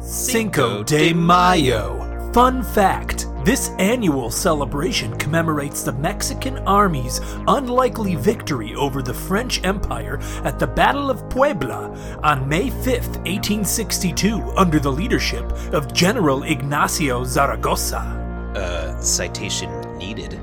Cinco de Mayo. Fun fact this annual celebration commemorates the Mexican Army's unlikely victory over the French Empire at the Battle of Puebla on May 5, 1862, under the leadership of General Ignacio Zaragoza. Uh, citation needed.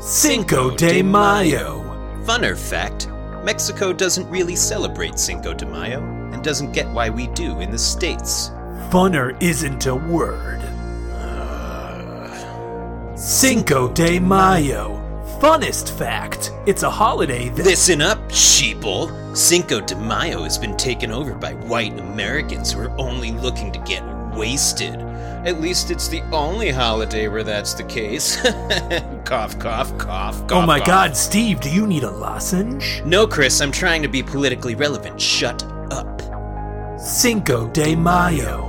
Cinco de Mayo. Funner fact Mexico doesn't really celebrate Cinco de Mayo and doesn't get why we do in the States. Funner isn't a word. Cinco de Mayo. Funnest fact. It's a holiday that. Listen up, sheeple! Cinco de Mayo has been taken over by white Americans who are only looking to get wasted. At least it's the only holiday where that's the case. cough, cough, cough, cough. oh my cough. god, Steve, do you need a lozenge? No, Chris, I'm trying to be politically relevant. Shut up. Cinco de Mayo.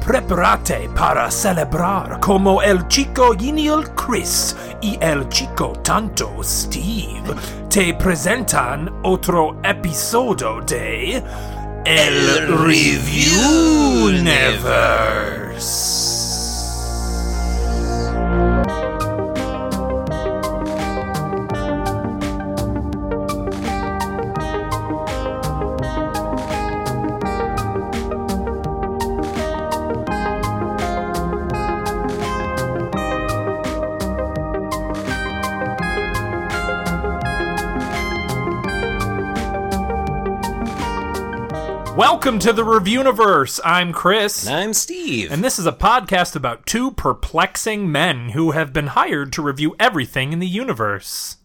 Preparate para celebrar como el chico genial Chris y el chico tanto Steve. Te presentan otro episodio de El Review Universe. Welcome to the Review Universe. I'm Chris. And I'm Steve. And this is a podcast about two perplexing men who have been hired to review everything in the universe.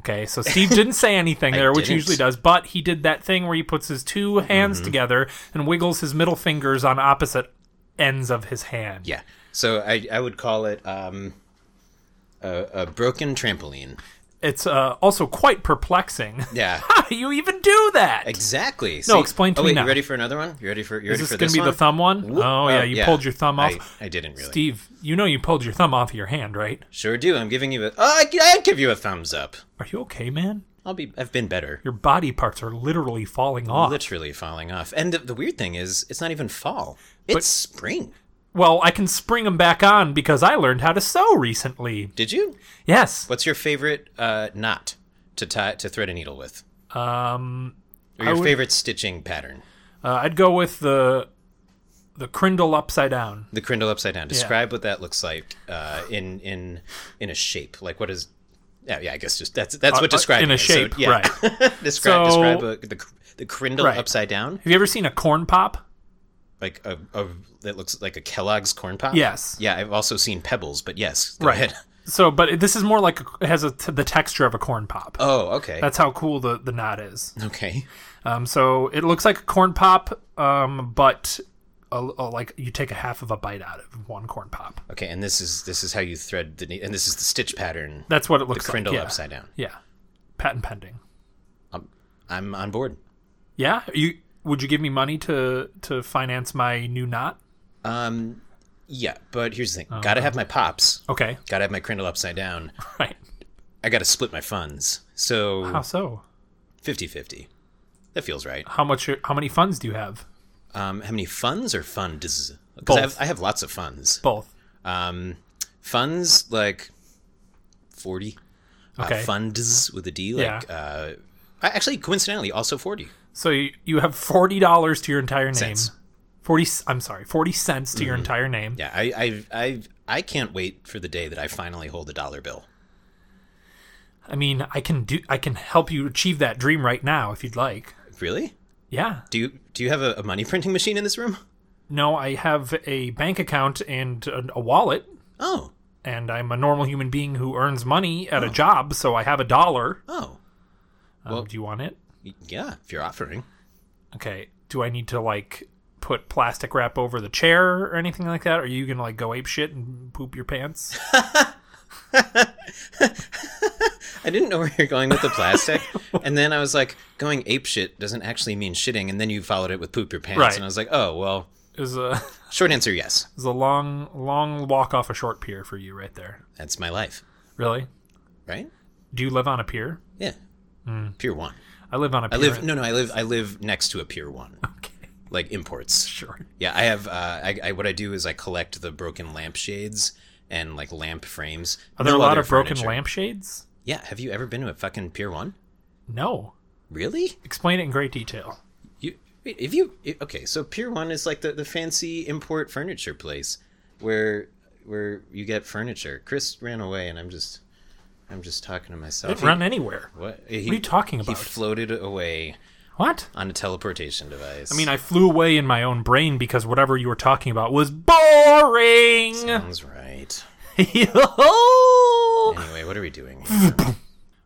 Okay, so Steve didn't say anything I there, which he didn't. Mm-hmm. usually does, but he did that thing where he puts his two hands together and wiggles his middle fingers on opposite ends of his hand. yeah. So I, I would call it um, a, a broken trampoline. It's uh, also quite perplexing. Yeah. How do you even do that? Exactly. No, explain to oh, me wait, now. You ready for another one? You ready for? You Is ready this for going to be one? the thumb one? Whoop. Oh, yeah, you pulled your thumb off. I, I didn't really. Steve, you know you pulled your thumb off of your hand, right? Sure do. I'm giving you a. Oh, I, I'd give you a thumbs up. Are you okay, man? I'll be. I've been better. Your body parts are literally falling off. Literally falling off. And the, the weird thing is, it's not even fall. It's spring. Well, I can spring them back on because I learned how to sew recently. Did you? Yes. What's your favorite uh, knot to tie to thread a needle with? Um, Or your would- favorite stitching pattern? uh, I'd go with the the crindle upside down. The crindle upside down. Describe what that looks like uh, in in in a shape. Like what is? Yeah, yeah. I guess just that's that's what uh, describing in a is. So, shape, yeah. describe So- describe a, the cr- the crindle Right. upside down. Have you ever seen a corn pop? like a, a that looks like a Kellogg's corn pop. Yes. Yeah, I've also seen Pebbles, but yes, go Right. ahead. So, but it- this is more like a, it has a t- the texture of a corn pop. Oh, okay. That's how cool the the knot is. okay. Um, so it looks like a corn pop, um, but a, a, like you take a half of a bite out of one corn pop. Okay, and this is this is how you thread the needle, and this is the stitch pattern. That's what it looks crindle like. Yeah. upside down. Yeah. Patent pending. I'm, I'm on board. Yeah, you would you give me money to to finance my new knot? Um, yeah, but here's the thing: Oh, gotta have my pops. Okay, Gotta have my crindle upside down. right. I gotta split my funds. How So so? 50-50. That feels right. How much? How many funds do you have? Um, how many funds or funds? Because Both. I have, I have lots of funds. Both. Um, funds like forty. Okay. Uh, funds with a D, like uh, I- actually coincidentally also forty. So you, you have forty dollars to your entire name. Cents. Mm-hmm. Forty. c- I'm sorry. Forty cents to your entire name. Yeah, I I I I can't wait for the day that I finally hold a dollar bill. I mean, I can do. I can help you achieve that dream right now if you'd like. Really? Yeah. Do you do you have a, a money printing machine in this room? No, I have a bank account and a, a wallet, Oh and I'm a normal human being who earns money at a job, so I have a dollar. oh Um, Well- do you want it? yeah. If you're offering, Okay. Do I need to like put plastic wrap over the chair or anything like that? Are you gonna like go ape shit and poop your pants? I didn't know where you're going with the plastic, and then I was like, going ape shit doesn't actually mean shitting, and then you followed it with poop your pants, Right. and I was like, oh well. It was a Short answer, yes. it was a long long walk off a short pier for you right there. That's my life, Really? right? Do you live on a pier? Yeah. Pier one. Hmm. I live on a pier. I live no no I live I live next to a pier one. Okay. like imports. Sure. Yeah, I have. Uh, I, I what I do is I collect the broken lampshades and like lamp frames. Are there No a lot other of broken furniture. lampshades? Yeah. Have you ever been to a fucking Pier One? No. Really? Explain it in great detail. You wait, if you i- okay? So Pier One is like the, the fancy import furniture place where where you get furniture. Chris ran away, and I'm just I'm just talking to myself. It run anywhere. what? He, What are you talking He about? floated away What? on a teleportation device. I mean, I flew away in my own brain because whatever you were talking about was boring. sounds right. Yo! Anyway, what are we doing?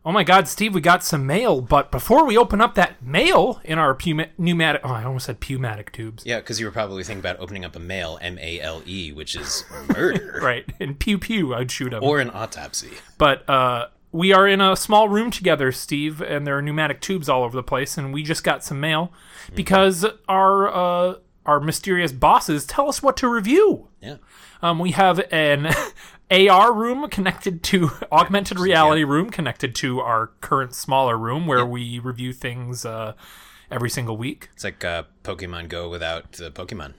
Oh my God, Steve, we got some mail, but before we open up that mail in our puma- pneumatic, oh, I almost said pneumatic tubes. yeah, because you were probably thinking about opening up a mail, M A L E, which is murder Right, and pew pew, I'd shoot him. or an autopsy. but uh, we are in a small room together, Steve, and there are pneumatic tubes all over the place, and we just got some mail because our uh, our mysterious bosses tell us what to review. Yeah. Um, we have an AR room connected to augmented reality room connected to our current smaller room where we review things uh, every single week. It's like uh, Pokemon Go without the Pokemon.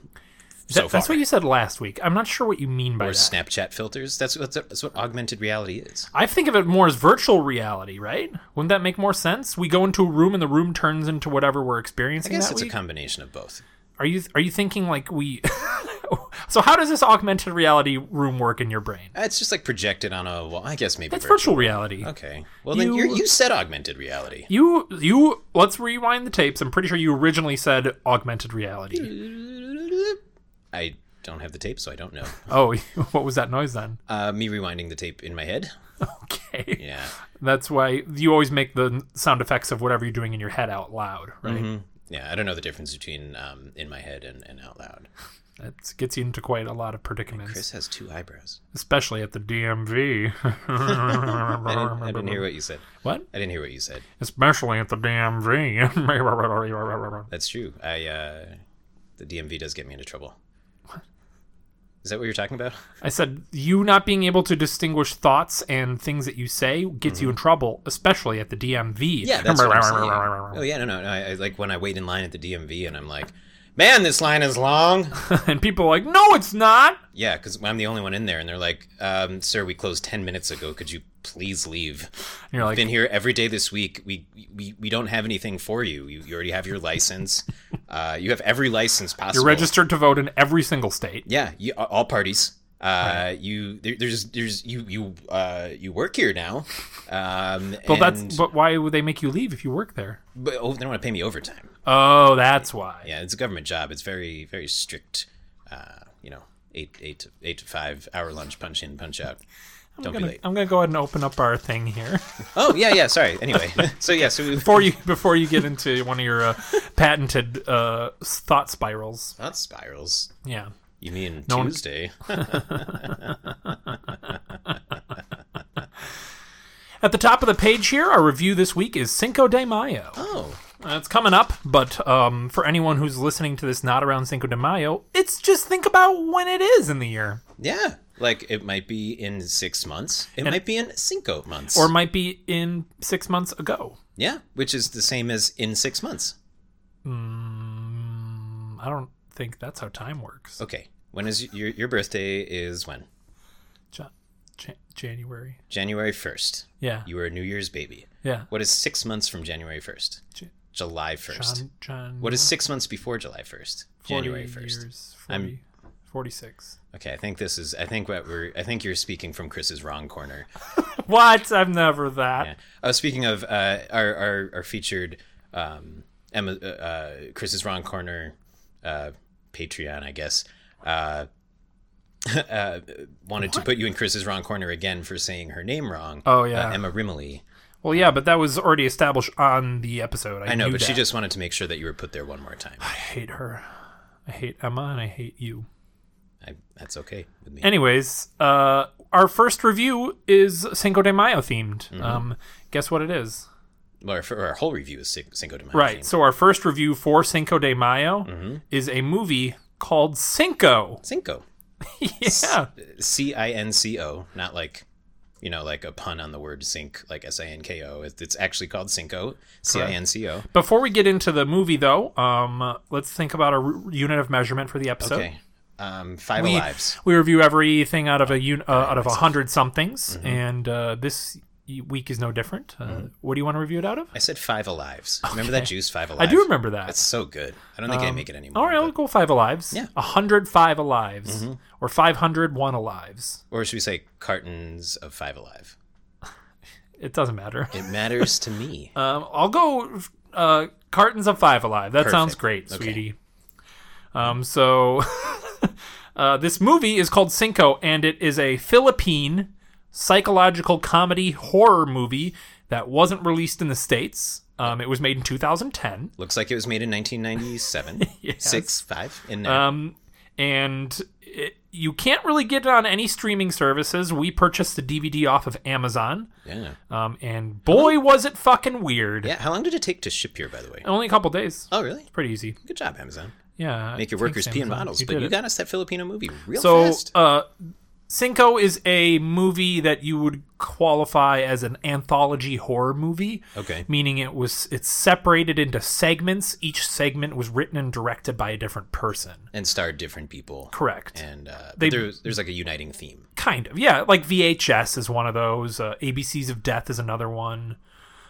Is So that- that's far. what you said last week. I'm not sure what you mean by or that. Snapchat filters. That's, that's that's what augmented reality is. I think of it more as virtual reality, right? Wouldn't that make more sense? We go into a room and the room turns into whatever we're I experiencing guess that it's week. a combination of both. are you are you thinking like we? so how does this augmented reality room work in your brain? Uh, It's just like projected on a wall. I guess maybe. It's virtual. virtual reality. Okay. Well, then you You- you said augmented reality. You you let's rewind the tapes. I'm pretty sure you originally said augmented reality. I don't have the tape, so I don't know. Oh, what was that noise then? Uh, me rewinding the tape in my head. Okay. Yeah. That's why you always make the sound effects of whatever you're doing in your head out loud, right? Mm-hmm. Yeah. I don't know the difference between um, in my head and, and out loud. Mm. That gets you into quite a lot of predicaments, Chris has two eyebrows. especially at the I didn't, I DMV. didn't hear what you said. what? I didn't hear what you said. Especially at the DMV. That's true. I uh, the DMV does get me into trouble. What? Is that what you're talking about? I said you not being able to distinguish thoughts and things that you say gets you in trouble, especially at the DMV. Yeah, that's what I'm saying. Oh yeah, no, no, no. I, I, like when I wait in line at the DMV and I'm like, man, this line is long. and people are like, no, it's not. yeah, because I'm the only one in there, and they're like, um, sir, we closed ten minutes ago. Could you please leave? And you're like, Been here every day this week. We we, we don't have anything for you. You, you already have your license. uh, you have every license possible. you're registered to vote in every single state. Yeah, you, a- all parties. Uh, you there, there's there's you you uh you work here now. Um, Well, that's and- but why would they make you leave if you work there? but oh, they don't want to pay me overtime. Oh, that's why. Yeah, it's a government job. It's very very strict. Uh, you know, eight eight to, eight to five hour lunch, punch in, punch out. I'm Don't be gonna, late. I'm gonna go ahead and open up our thing here Oh yeah yeah. Sorry. Anyway, so yeah so we, before you before you get into one of your uh, patented uh, s- thought spirals. not spirals. Yeah. You mean one- Tuesday? At the top of the page here, our review this week is Cinco de Mayo. Oh Uh, it's coming up, but um, for anyone who's listening to this not around Cinco de Mayo, it's just think about when it is in the year. yeah. Like it might be in six months. It might be in cinco months. Or might be in six months ago. yeah, which is the same as in six months. I don't think that's how time works. Okay. When is your your birthday? Is when Ja- Jan- January. January first. Yeah. You were a New Year's baby. yeah. What is six months from January first? Jan- July first. John, John, What is six months before July 1st? 40 January 1st. Years, 40, I'm- 46. Okay, I think this is, I think what we're, I think you're speaking from Chris's wrong corner. What? I'm never that. Yeah. Oh, speaking of uh, our, our, our featured um, Emma, uh, uh, Chris's wrong corner uh, Patreon, I guess, uh, uh, wanted to put you in Chris's wrong corner again for saying her name wrong. Oh, yeah. Uh, Emma Rimley. Well, yeah, but that was already established on the episode. I, I know, knew but that. she just wanted to make sure that you were put there one more time. I hate her. I hate Emma and I hate you. I, that's okay with me. Anyways, uh, our first review is Cinco de Mayo themed. Mm-hmm. Um, guess what it is? Well, our, our whole review is Cin- Cinco de Mayo. Right. So our first review for Cinco de Mayo Mm-hmm. is a movie called Cinco. Cinco. yeah. C I N C O, not like you know, like a pun on the word zinc, like S I N K O. It's actually called Cinco, C I N C O. Before we get into the movie, though, um, uh, let's think about a r- unit of measurement for the episode. Okay. Um, five We, lives. we review everything out of a un- uh, out of a hundred somethings, Mm-hmm. and uh, this y- week is no different. Uh, What do you want to review it out of? I said five alives. Remember that juice, five alives? I do remember that. That's so good. I don't think I make it anymore. All right, I'll go five alives. Yeah. Mm-hmm. a hundred five alives, or five hundred one alives. Or should we say cartons of five alive? It doesn't matter. It matters to me. Um, I'll go uh, cartons of five alive. That sounds great, Okay. sweetie. Um, so uh, this movie is called Cinco, and it is a Philippine psychological comedy horror movie that wasn't released in the states. Um, it was made in 2010, Looks like it was made in 1997. Six, five, in there. um, and it, you can't really get it on any streaming services. We purchased the DVD off of Amazon, yeah. um, and boy, was it fucking weird! Oh. Yeah. How long did it take to ship here, by the way? Only a couple days. Oh, really? Pretty easy. Good job, Amazon. Yeah. Make your thanks, workers pee in Amazon. bottles, but did you it. got us that Filipino movie real so fast. uh Cinco is a movie that you would qualify as an anthology horror movie. Okay. Meaning it was it's separated into segments. Each segment was written and directed by a different person. and starred different people. Correct. And uh, but They- there's, there's like a uniting theme. Kind of. Yeah, like VHS is one of those. Uh, ABCs of Death is another one.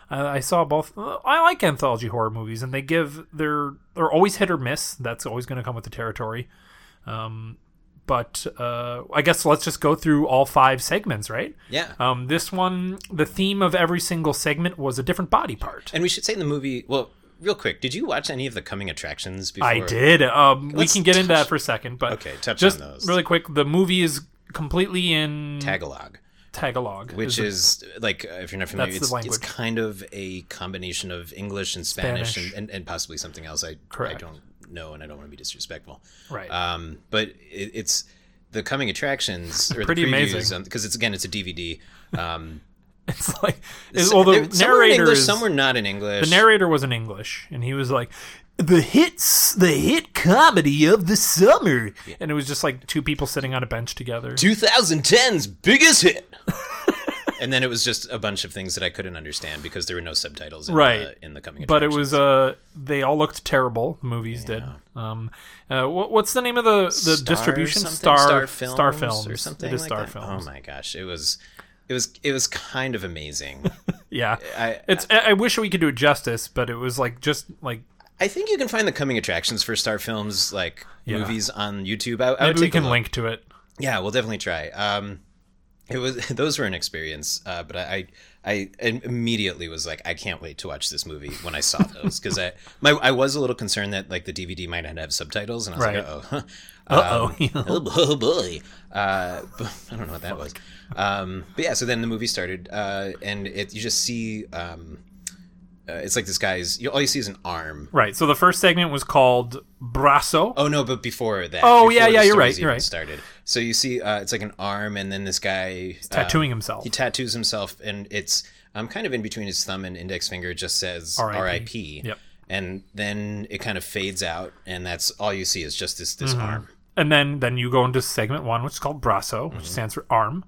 Uh, I saw both. uh, I like anthology horror movies, and they give they're they're always hit or miss. That's always going to come with the territory. Um, but uh, I guess let's just go through all five segments, right? Yeah. Um, this one, the theme of every single segment was a different body part. and we should say in the movie, well, real quick, did you watch any of the coming attractions before? I did. Um, we Let's can get into that touch- for a second, but Okay, touch just on those. really quick. The movie is completely in Tagalog, Tagalog, which is like, uh, if you're not familiar, That's it's, the it's language. kind of a combination of English and Spanish, Spanish. And, and, and possibly something else. I, I Correct. don't know, and I don't want to be disrespectful. right. Um, but it, it's the coming attractions or Pretty the amazing. because it's again it's a DVD. Um, It's like, well, the there- some were eh, in narrator English, is, some were not in English. the narrator was in English, and he was like, "The hits, the hit comedy of the summer," and it was just like two people sitting on a bench together. 2010's biggest hit. and then it was just a bunch of things that I couldn't understand because there were no subtitles in, Right. the, in the coming. but it was attractions. uh, they all looked terrible. The movies did. Um, uh, what, what's the name of the the Star distribution? something? Star Films Star Films or something. It is like Star that. Films. Oh my gosh, it was, it was, it was kind of amazing. Yeah, I, it's. I, I wish we could do it justice, but it was like just like I think you can find the coming attractions for Star Films like Yeah. movies on YouTube. I, I would maybe we take a can look. link to it. Yeah, we'll definitely try. Um, it was those were an experience, uh, but I, I I im- immediately was like, I can't wait to watch this movie when I saw those because I my I was a little concerned that like the DVD might not have subtitles, and I was Right. like, oh, Uh-oh. oh, bo- oh boy, uh, but I don't know what that was. Um, but yeah, so then the movie started, uh, and it you just see. Um, uh, it's like this guy's. You, all you see is an arm. Right. So the first segment was called Brasso. Oh no, but before that. Oh, before yeah, the yeah, you're stories right, even you're right. Started. So you see, uh, it's like an arm, and then this guy uh, tattooing himself. he tattoos himself, and it's um, kind of in between his thumb and index finger. It just says R.I.P.. R.I.P. Yep. And then it kind of fades out, and that's all you see is just this Mm-hmm. this arm. and then then you go into segment one, which is called Brasso, Mm-hmm. which stands for arm.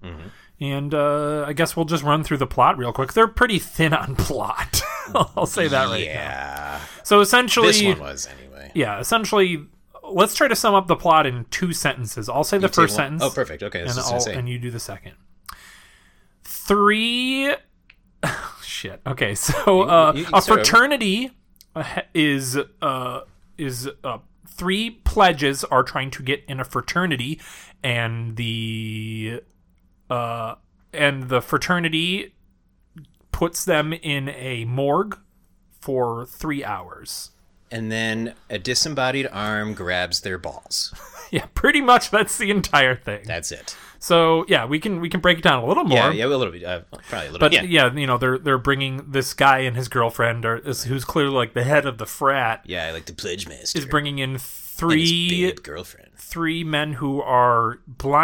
And uh, I guess we'll just run through the plot real quick. They're pretty thin on plot. I'll say that right. Yeah, So essentially, this one was anyway. yeah, essentially, let's try to sum up the plot in two sentences. I'll say the Take first one- sentence, Oh, perfect. Okay, that's and what I was I'll, gonna and say. you do the second. Three. Shit. Okay, so uh, you can a start over. fraternity uh, ha- is uh, is uh, three pledges are trying to get in a fraternity, and the uh, and the fraternity puts them in a morgue for three hours. And then a disembodied arm grabs their balls. Yeah, pretty much that's the entire thing. That's it. So yeah, we can we can break it down a little more. Yeah, yeah, a little bit, uh, probably a little. But bit. yeah. yeah. you know they're they're bringing this guy and his girlfriend, or is, who's clearly like the head of the frat, yeah, I like the pledge master. is bringing in and his three babe girlfriend. three men who are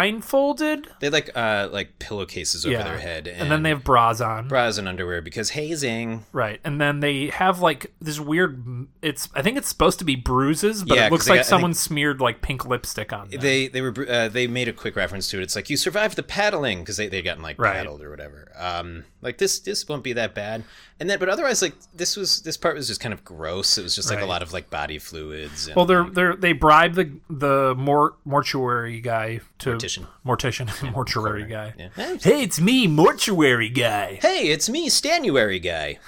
blindfolded, They had, like uh like pillowcases over Yeah. their head and, and then they have bras on. bras and underwear because hazing. Right, and then they have like this weird. It's I think it's supposed to be bruises, but Yeah, it looks 'cause they like got- I someone smeared like pink lipstick on them. They they were br- uh, they made a quick reference to it. It's like you survived the paddling because they they gotten like Right. paddled or whatever. Um, like this this won't be that bad. And then but otherwise like this was this part was just kind of gross. It was just like Right. a lot of like body fluids. And, well, they're they're they bribe the the mor- mortuary guy to Mortician. mortician, mortuary guy. yeah. Hey, it's me, mortuary guy. Hey, it's me, Stanuary guy.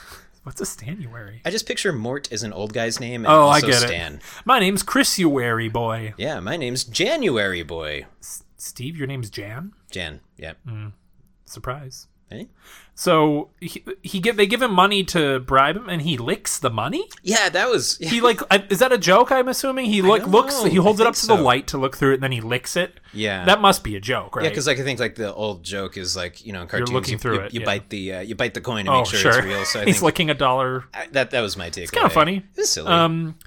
What's a stanuary? I just picture Mort as an old guy's name. And Oh, I also get Stan. it. My name's Chrisuary boy. Yeah, my name's January boy. Steve, your name's Jan. Jan. Yeah. Hmm. Surprise. Hey? So he, he give they give him money to bribe him, and he licks the money. Yeah, that was. Yeah. He like I- is that a joke? I'm assuming he like don't looks. know. He holds I it up to think the so. light to look through it, and then he licks it. Yeah. That must be a joke, right? Yeah, because like I think like the old joke is like you know in cartoons looking you, through you, it, you yeah. bite the uh, you bite the coin to oh make sure, sure. it's real. So I He's think licking a dollar. I- that that was my take. It's kinda funny. It was silly. Um,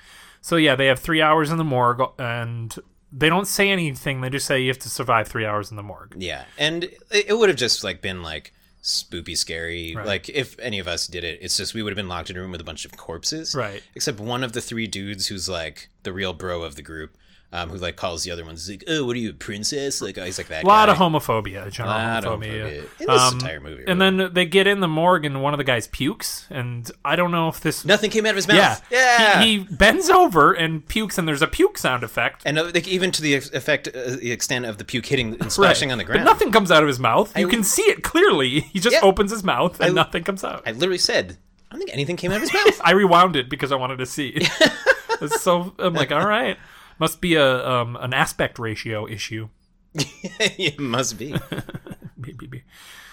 so yeah, they have three hours in the morgue, and they don't say anything. They just say you have to survive three hours in the morgue. yeah, and it, it would have just like been like spoopy scary. Like if any of us did it, it's just we would have been locked in a room with a bunch of corpses. Right. Except one of the three dudes who's like the real bro of the group, um, who like calls the other ones like, "Oh, what are you, a princess?" Like oh, he's like that. A lot guy. of homophobia, general Lot of homophobia. homophobia. In this entire movie, Um, and then they get in the morgue, and one of the guys pukes, and I don't know if this. nothing came out of his Yeah, mouth. Yeah. He, he bends over and pukes, and there's a puke sound effect. and uh, like, even to the ex- effect, uh, the extent of the puke hitting and splashing Right. on the ground. But nothing comes out of his mouth. You can see it clearly. He just Yeah. opens his mouth and nothing comes out. I I, literally said, I don't think anything came out of his mouth. rewound it because I wanted to see. It's so I'm like, all right, must be a um, an aspect ratio issue. it must be. Maybe.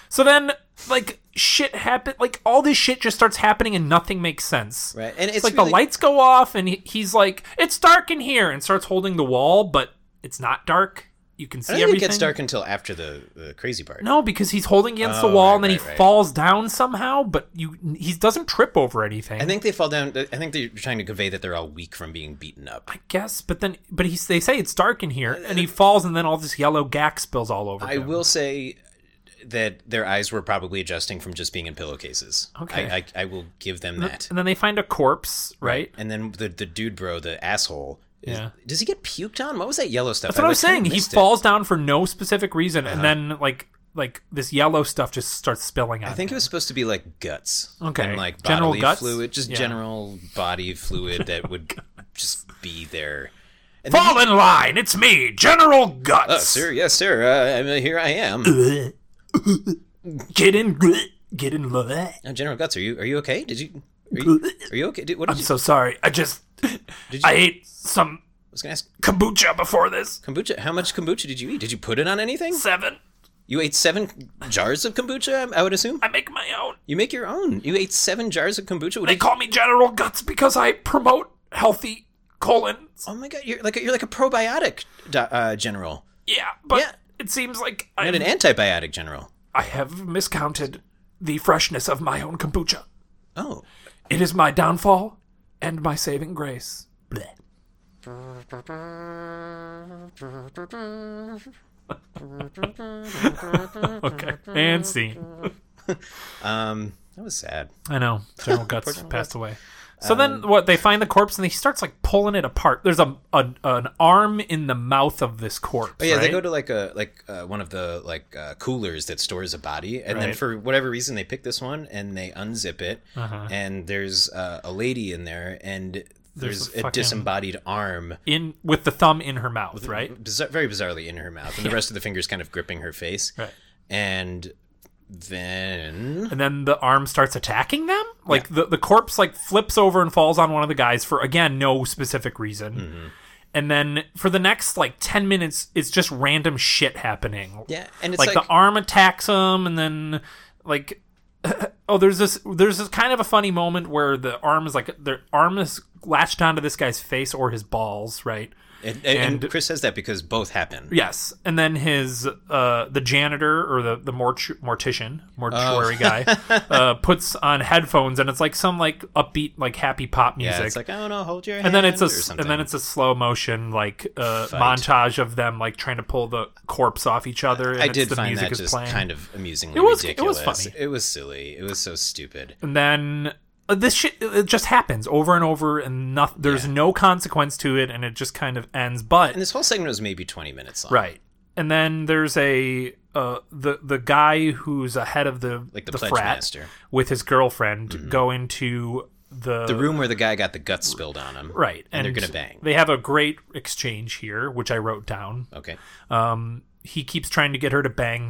So then, like shit happen. Like all this shit just starts happening and nothing makes sense. Right. And it's, Like really- the lights go off and he, he's like, "It's dark in here," and starts holding the wall, but it's not dark. You can see I don't think everything. it gets dark until after the, the crazy part. No, because he's holding against Oh, the wall right, and then right, he right. falls down somehow, but you he doesn't trip over anything. I think they fall down. I think they're trying to convey that they're all weak from being beaten up. I guess, but then but he's they say it's dark in here and he falls and then all this yellow gack spills all over Uh, I him. will say that their eyes were probably adjusting from just being in pillowcases. Okay. I, I, I will give them that. and then they find a corpse, right? And then the, the dude bro, the asshole. Is, Yeah. Does he get puked on? What was that yellow stuff? That's what I was kinda saying. He missed it. Uh-huh. falls down for no specific reason and then like like this yellow stuff just starts spilling out. I think it was supposed to be like guts. Okay. And like General bodily guts? fluid, just Yeah. general body fluid that would just be there. And then Fall in line. It's me, General Guts. Oh, sir, yes, sir. Uh, I mean, here I am. Get in get in line. Uh, General Guts, are you are you okay? Did you are you, are you okay? Did, what did I'm you, so sorry. I just I ate some I was gonna ask kombucha before this. kombucha. How much kombucha did you eat? Did you put it on anything? Seven. You ate seven jars of kombucha. I would assume I make my own. you make your own. You ate seven jars of kombucha. Would They it- call me General Guts because I promote healthy colons. oh my god, you're like a, you're like a probiotic do- uh, general Yeah, but Yeah. it seems like and I, an antibiotic general. I have miscounted the freshness of my own kombucha. Oh, It is my downfall and my saving grace. Blech. okay, and scene. um, that was sad. I know. General Guts passed away. So Um, then what they find the corpse and he starts like pulling it apart. There's a, a an arm in the mouth of this corpse. But Oh, yeah, they right? go to like a like uh, one of the like uh, coolers that stores a body, and then Right. for whatever reason they pick this one and they unzip it, Uh-huh. and there's uh, a lady in there, and There's there's, a a, fucking- disembodied arm, in with the thumb in her mouth, right? bizar- very bizarrely in her mouth, and the rest of the fingers kind of gripping her face, Right. and then And then the arm starts attacking them. Like the, the corpse like flips over and falls on one of the guys for again no specific reason. Mm-hmm. And then for the next like 10 minutes it's just random shit happening. yeah, and it's like, like, the arm attacks him and then like oh there's this there's this kind of a funny moment where the arm is like their arm is latched onto this guy's face or his balls right And, and, And- Chris says that because both happen. Yes, and then his uh, the janitor or the the mort- mortician Oh. mortuary guy uh, puts on headphones, and it's like some like upbeat like happy pop music. Yeah, it's like, oh no, hold your hand. and then it's a or s- something. and then it's a slow motion like uh, Fight. montage of them like trying to pull the corpse off each other. And I it's did the find music that is just playing. kind of amusingly It was- it was ridiculous. funny. It was silly. It was so stupid. and then uh, this shit it just happens over and over, and noth- there's no consequence to it, and it just kind of ends. But And this whole segment was maybe 20 minutes long. Right. And then there's a uh, the the guy who's ahead of the Like the pledge frat master. Mm-hmm. with his girlfriend go into the, The room where the guy got the guts spilled on him. right And, they're going to bang. They have a great exchange here, which I wrote down. Okay. Um, he keeps trying to get her to bang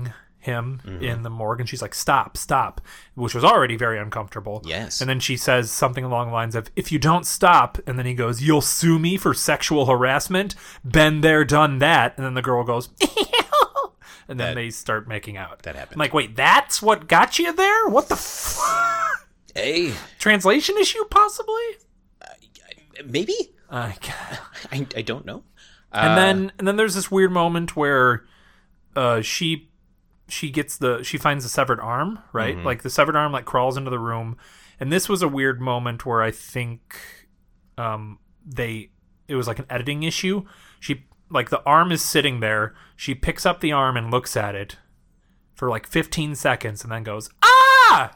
him Mm-hmm. in the morgue, and she's like, "Stop, stop," which was already very uncomfortable. Yes. And then she says something along the lines of, "If you don't stop," and then he goes, "You'll sue me for sexual harassment." Been there, done that, and then the girl goes, and then they start making out. that happened. I'm like, wait, that's what got you there? What the f- Hey, translation issue, possibly? maybe? Uh, God. I, I don't know. Uh, and then and then there's this weird moment where uh she she gets the she finds the severed arm right Mm-hmm. like the severed arm like crawls into the room and this was a weird moment where i think um they it was like an editing issue she like the arm is sitting there she picks up the arm and looks at it for like 15 seconds and then goes ah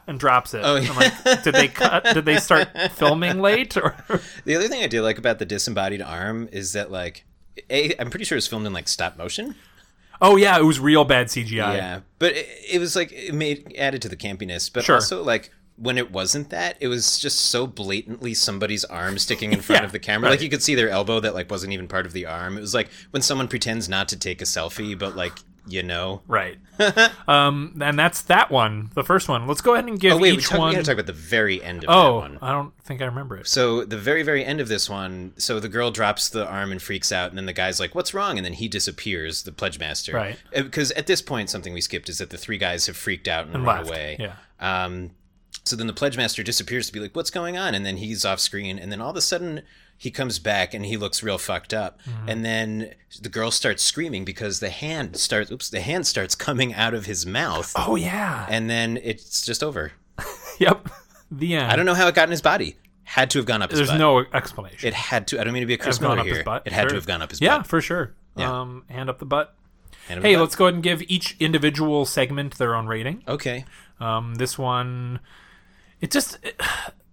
and drops it oh, yeah. I'm like did they cut did they start filming late or The other thing I do like about the disembodied arm is that, like, A, I'm pretty sure it's filmed in, like, stop motion. oh yeah it was real bad cgi Yeah, but it, it was like it made added to the campiness, but Sure. also like when it wasn't that, it was just so blatantly somebody's arm sticking in front Yeah, of the camera. right. Like you could see their elbow that like wasn't even part of the arm. It was like when someone pretends not to take a selfie, but like you know. Right. um, and that's that one, the first one. Let's go ahead and give Oh wait, we, each talk, we one. gotta talk about the very end of oh, that one. I don't think I remember it. So the very very end of this one, so the girl drops the arm and freaks out, and then the guy's like, "What's wrong?" And then he disappears, the pledge master. Right. Because at this point, something we skipped is that the three guys have freaked out and, And run left. away. Yeah. Um, so then the pledge master disappears to be like, "What's going on?" And then he's off screen, and then all of a sudden he comes back and he looks real fucked up. Mm-hmm. And then the girl starts screaming because the hand starts. Oops, the hand starts coming out of his mouth, Oh yeah. and then it's just over. Yep. The end. I don't know how it got in his body. Had to have gone up his There's butt. no explanation. It had to. I don't mean to be a Chris It's gone Miller up here. his butt. It had to sure. have gone up his yeah, butt. for sure. Yeah. Um, hand up the butt. Hand up his Hey, butt. let's go ahead and give each individual segment their own rating. Okay. Um, this one, it just. It,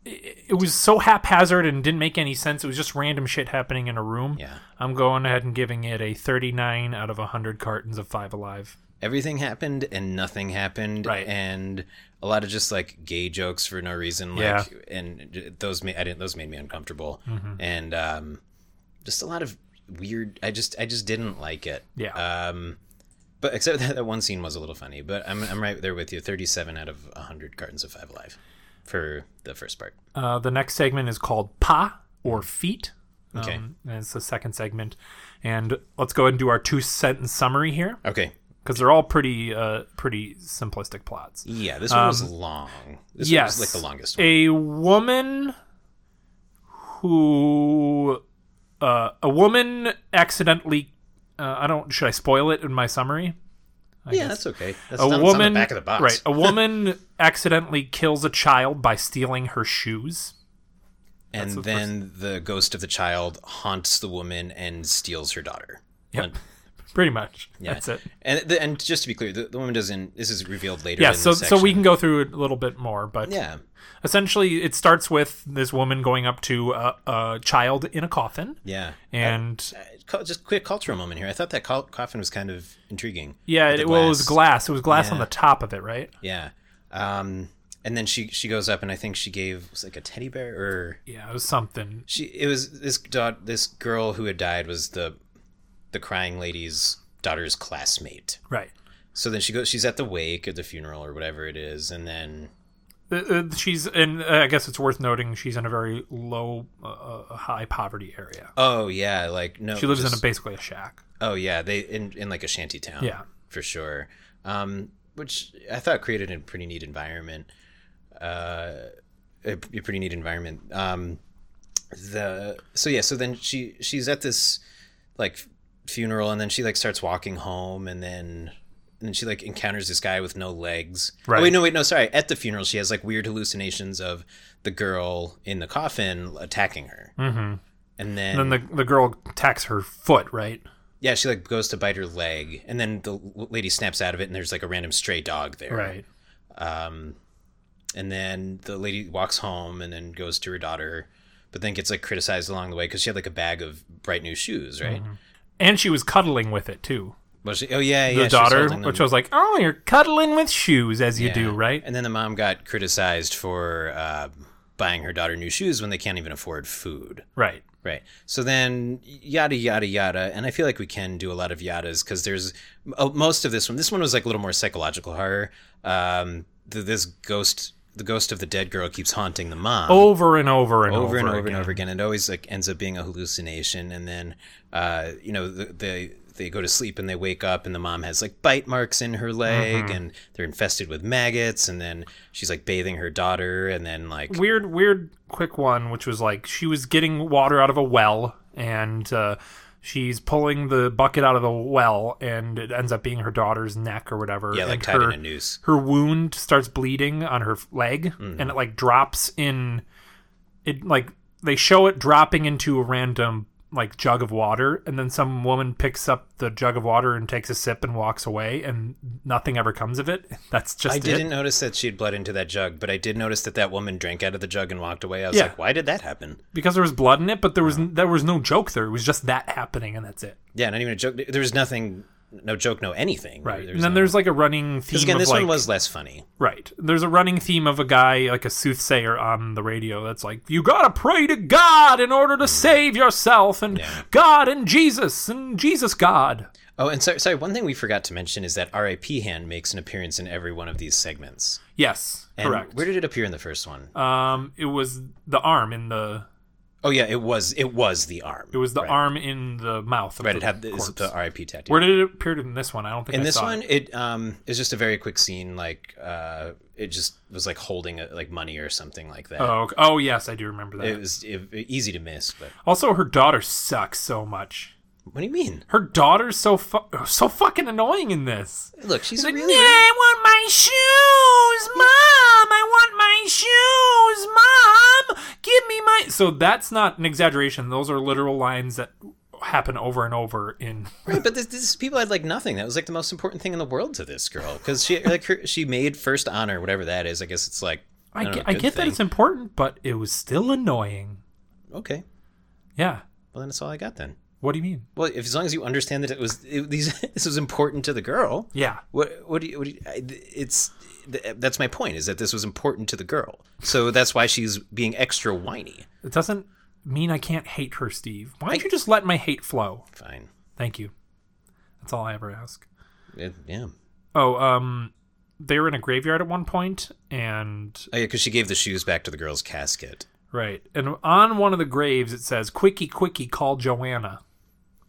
it was so haphazard and didn't make any sense. It was just random shit happening in a room. Yeah. I'm going ahead and giving it a 39 out of 100 cartons of Five Alive. Everything happened and nothing happened. Right. And a lot of just like gay jokes for no reason. Like, Yeah. Mm-hmm. And those made I didn't. Those made me uncomfortable. And um, just a lot of weird. I just I just didn't like it. Yeah. Um, but except that, that one scene was a little funny. But I'm I'm right there with you. Thirty-seven out of hundred cartons of Five Alive, for the first part. Uh, the next segment is called Pa or Feet. Okay. Um, and it's the second segment. And let's go ahead and do our two sentence summary here Okay. because they're all pretty uh, pretty simplistic plots. Yeah. This one was long. This um, yes. one was like the longest. one. A woman who. Uh, a woman accidentally. Uh, I don't. Should I spoil it in my summary? yeah, that's okay. That's a on- it's woman on the back of the box. right a woman accidentally kills a child by stealing her shoes and the then the ghost of the child haunts the woman and steals her daughter. Yep. And, pretty much yeah. that's it And the, and just to be clear, the, the woman doesn't. This is revealed later. yeah in so the so we section. can go through it a little bit more but Yeah. essentially it starts with this woman going up to a, a child in a coffin Yeah. and Uh, cu- Just quick cultural moment here. I thought that col- coffin was kind of intriguing. yeah With the it, well, it was glass it was glass on Yeah. the top of it right Yeah. Um. And then she she goes up and I think she gave was it like a teddy bear or yeah it was something she it was this da- this girl who had died was the the crying lady's daughter's classmate. right So then she goes. She's at the wake or the funeral or whatever it is, and then Uh, uh, she's in uh, i guess it's worth noting she's in a very low uh, uh, high poverty area oh yeah, like no, she lives in a basically a shack a. Oh yeah, they in in like a shanty town. Yeah. for sure. Um, which I thought created a pretty neat environment. Uh, a, a pretty neat environment. Um, the so yeah, so then she she's at this like funeral, and then she like starts walking home, and then and then she like encounters this guy with no legs. Right. Oh, wait, no, wait, no, sorry. At the funeral, she has like weird hallucinations of the girl in the coffin attacking her, mm-hmm. and then, And then the, the girl attacks her foot, right? yeah, she like goes to bite her leg, and then the l- lady snaps out of it, and there's like a random stray dog there. Right. and then the lady walks home and then goes to her daughter but then gets like criticized along the way because she had like a bag of bright new shoes right Mm-hmm. And she was cuddling with it too. was she, oh yeah The yeah she was daughter, holding them. which I was like, oh, you're cuddling with shoes as you do, Yeah. right? and then the mom got criticized for uh, buying her daughter new shoes when they can't even afford food Right. right so then yada yada yada and i feel like we can do a lot of yadas because there's oh, most of this one this one was like a little more psychological horror um, th- this ghost the ghost of the dead girl keeps haunting the mom Over and over and Oh, over, over and over again. and over again. It always like ends up being a hallucination, and then uh, you know the, they they go to sleep and they wake up, and the mom has like bite marks in her leg, Mm-hmm. and they're infested with maggots, and then she's like bathing her daughter, and then like Weird, weird, quick one, which was like she was getting water out of a well and uh, she's pulling the bucket out of the well and it ends up being her daughter's neck or whatever. yeah, like and tied her, in a noose. her wound starts bleeding on her f- leg Hmm. and it like drops in it like they show it dropping into a random like jug of water and then some woman picks up the jug of water and takes a sip and walks away and nothing ever comes of it that's just I it. didn't notice that she had blood into that jug, but I did notice that that woman drank out of the jug and walked away. I was Yeah. like, why did that happen? because there was blood in it but there was n there was no joke there it was just that happening and that's it Yeah, not even a joke. There was nothing, no joke, no anything. right There and was then no- there's like a running theme 'Cause again, of this like one was less funny. Right. There's a running theme of a guy, like a soothsayer on the radio, that's like, you gotta pray to God in order to save yourself, and God and Jesus, and Jesus God. Oh, and sorry, sorry, one thing we forgot to mention is that R.I.P. Hand makes an appearance in every one of these segments. Yes, And correct. Where did it appear in the first one? um, it was the arm in the, oh yeah, it was it was the arm. it was the right. arm in the mouth. Of Right, the it had the, is corpse. the R.I.P. tattoo. Where did it appear in this one? I don't think in I this saw one, it. it um is just a very quick scene. Like uh, it just was like holding a, like money or something like that. Oh, okay. oh yes, I do remember that. It was it, easy to miss, but also, her daughter sucks so much. what do you mean? Her daughter's so fu- so fucking annoying in this. Look, she's a Like, really. "Yeah, I want my shoes, mom. I want my shoes, mom. Give me my. So that's not an exaggeration. Those are literal lines that happen over and over in. Right, but this, this people had like nothing. That was like the most important thing in the world to this girl because she like her, she made first honor, whatever that is. I guess it's like I, don't get, I know, Oh, good get that thing. it's important, but it was still annoying. okay. Yeah. Well, then that's all I got then. What do you mean? Well, if, as long as you understand that it was it, these, this was important to the girl. Yeah. What what do you, what do you I, it's th- that's my point is that this was important to the girl. So that's why she's being extra whiny. It doesn't mean I can't hate her, Steve. Why don't you just let my hate flow? Fine. Thank you. That's all I ever ask. It- yeah. Oh, um, they were in a graveyard at one point, and Oh yeah, because she gave the shoes back to the girl's casket. Right. And on one of the graves, it says, Quickie, quickie, call Joanna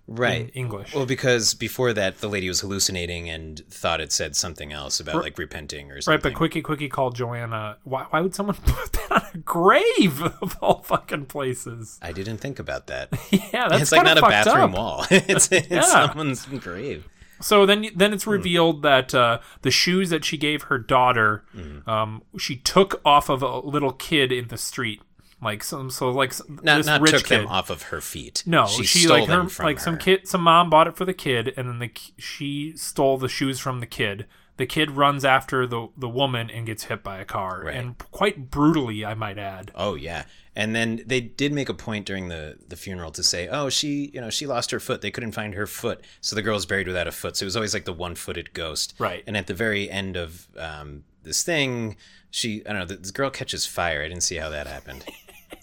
in Right. English. Well, because before that, the lady was hallucinating and thought it said something else about like repenting or right, something. but Quickie, quickie, call Joanna. Why, why would someone put that on a grave of all fucking places? I didn't think about that. Yeah, that's it's like not kinda a fucked bathroom up. wall. it's it's Yeah. someone's grave. So then, you- then it's Hmm. revealed that uh, the shoes that she gave her daughter, Hmm. um, she took off of a little kid in the street, like some, so like s- Not this not rich took kid. them off of her feet. No, she, she, stole like them her from like some her. kid, some mom bought it for the kid, and then the ki- she stole the shoes from the kid. The kid runs after the the woman and gets hit by a car, Right. and quite brutally, I might add. Oh yeah, and then they did make a point during the the funeral to say, oh she you know she lost her foot. They couldn't find her foot, so the girl's buried without a foot. So it was always like the one footed ghost. Right. And at the very end of um, this thing, she I don't know the, the girl catches fire. I didn't see how that happened.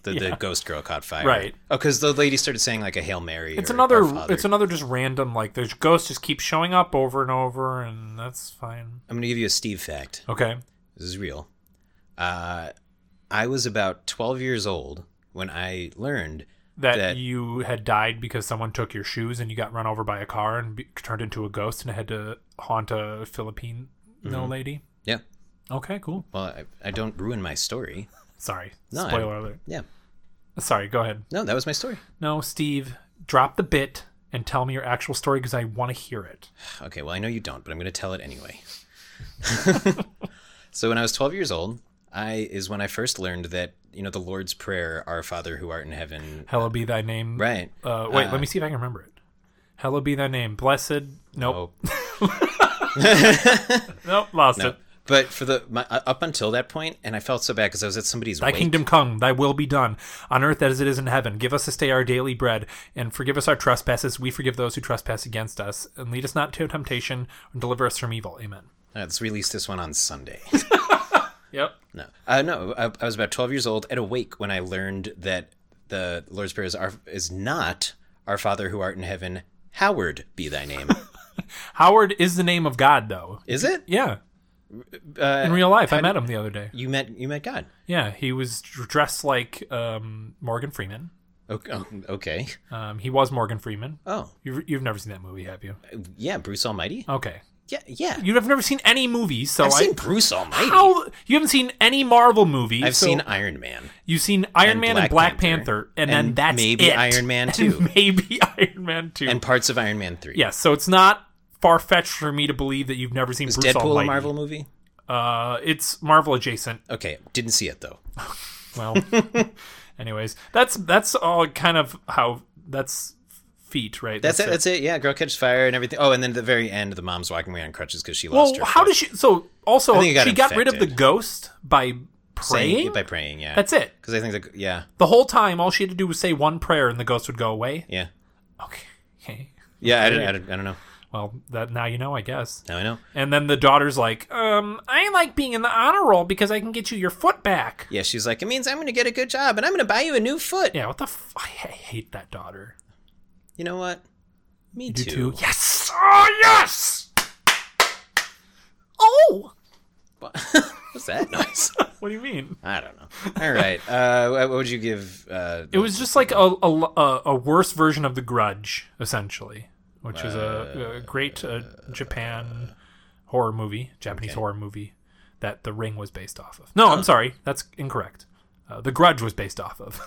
The, the ghost girl caught fire. Right. Oh, because the lady started saying like a hail mary. It's another, it's another just random like the ghost just keeps showing up over and over, and that's fine. I'm gonna give you a Steve fact. Okay, This is real. Uh, I was about 12 years old when I learned that, That- you had died because someone took your shoes and you got run over by a car and be, turned into a ghost and had to haunt a Filipino Mm-hmm. lady. Yeah. Okay, cool. Well, I, I don't ruin my story. Sorry, No, I- spoiler alert. Yeah. Sorry, go ahead. No, that was my story. No, Steve, drop the bit and tell me your actual story because I want to hear it. Okay, well, I know you don't, but I'm going to tell it anyway. so when I was 12 years old, I is when I first learned that, you know, the Lord's Prayer, Our Father who art in heaven. Hallowed be thy name. Right. Uh, wait, let me see if I can remember it. Hallowed be thy name. Blessed. Oh, Nope. Nope. Lost it. But for the my, uh, up until that point, and I felt so bad because I was at somebody's Thy wake. kingdom come, thy will be done, on earth as it is in heaven. Give us this day our daily bread, and forgive us our trespasses, we forgive those who trespass against us. And lead us not to temptation, and deliver us from evil. Amen. Let's release this one on Sunday. Yep. No, uh, no. I, I was about twelve years old at awake when I learned that the Lord's Prayer is, our, is not "Our Father who art in heaven, Howard be thy name." Howard is the name of God, though. is it? Yeah. Uh, In real life, I met him the other day. you met you met God. Yeah, he was dressed like um, Morgan Freeman. Okay. oh, Okay. Um, he was Morgan Freeman. Oh, You've, you've never seen that movie, have you? yeah. Bruce Almighty. Okay. Yeah, yeah. Oh. You have never seen any movies, so I've I. seen Bruce Almighty. how you haven't seen any Marvel movie? I've so seen Iron Man. you've seen Iron and Man and Black Black Panther, and, then and that's maybe it. Iron Man And 2. maybe Iron Man two. And parts of Iron Man 3. yes, so it's not far fetched for me to believe that you've never seen Is Bruce Deadpool Almighty. a Marvel movie? Uh, it's Marvel adjacent. Okay, didn't see it though. Well, anyways, that's that's all kind of how that's feet, right? That's, it, That's it. Yeah, girl catches fire and everything. Oh, and then at the very end, the mom's walking away on crutches because she Well, lost her. how does she? So also, think it got she got rid of the infected. ghost by Saying praying. it by praying? Yeah, That's it. Because I think that yeah, The whole time, all she had to do was say one prayer, and the ghost would go away. yeah, Okay. Okay. yeah. I don't, I don't, I don't know. Well, that now you know, I guess. Now I know. And then the daughter's like, um, I like being in the honor roll because I can get you your foot back. Yeah, she's like, it means I'm going to get a good job and I'm going to buy you a new foot. Yeah, what the f- I I hate that daughter. You know what? Me You too. too? Yes! Oh, yes! Oh! What- What's that noise? What do you mean? I don't know. All right. Uh, what would you give? Uh, It was just like a, a, a- a worse version of The Grudge, essentially, which is a, a great uh, Japan horror movie, Japanese horror movie that The Ring was based off of. Oh. No, I'm sorry. That's incorrect. Uh, the Grudge was based off of.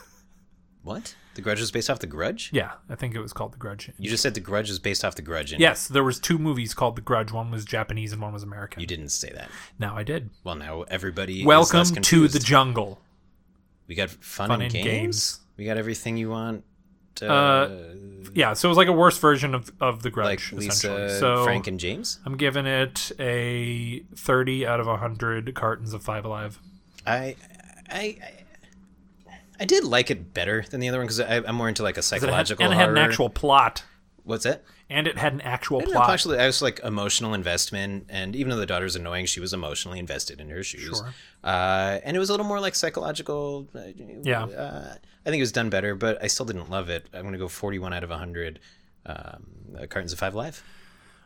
what? The Grudge was based off The Grudge. yeah, I think it was called The Grudge. You just said The Grudge is based off The Grudge. And Yes, there was two movies called The Grudge. One was Japanese and one was American. You didn't say that. Now I did. Well, now everybody. is less Welcome to confused. the jungle. We got fun, Fun and, and games? games. We got everything you want. Uh, Yeah, so it was like a worse version of of The Grudge, like Lisa, essentially. So Frank, and James. I'm giving it a 30 out of 100 cartons of Five Alive. I, I, I, I did like it better than the other one because I'm more into like a It had, psychological and it had an horror. actual plot. What's it? And it had an actual I don't know, plot. partially, I was like emotional investment, and even though the daughter's annoying, she was emotionally invested in her shoes. Sure. Uh, and it was a little more like psychological. uh, Yeah. Uh, I think it was done better, but I still didn't love it. I'm gonna go 41 out of 100. Um, uh, cartons of five live.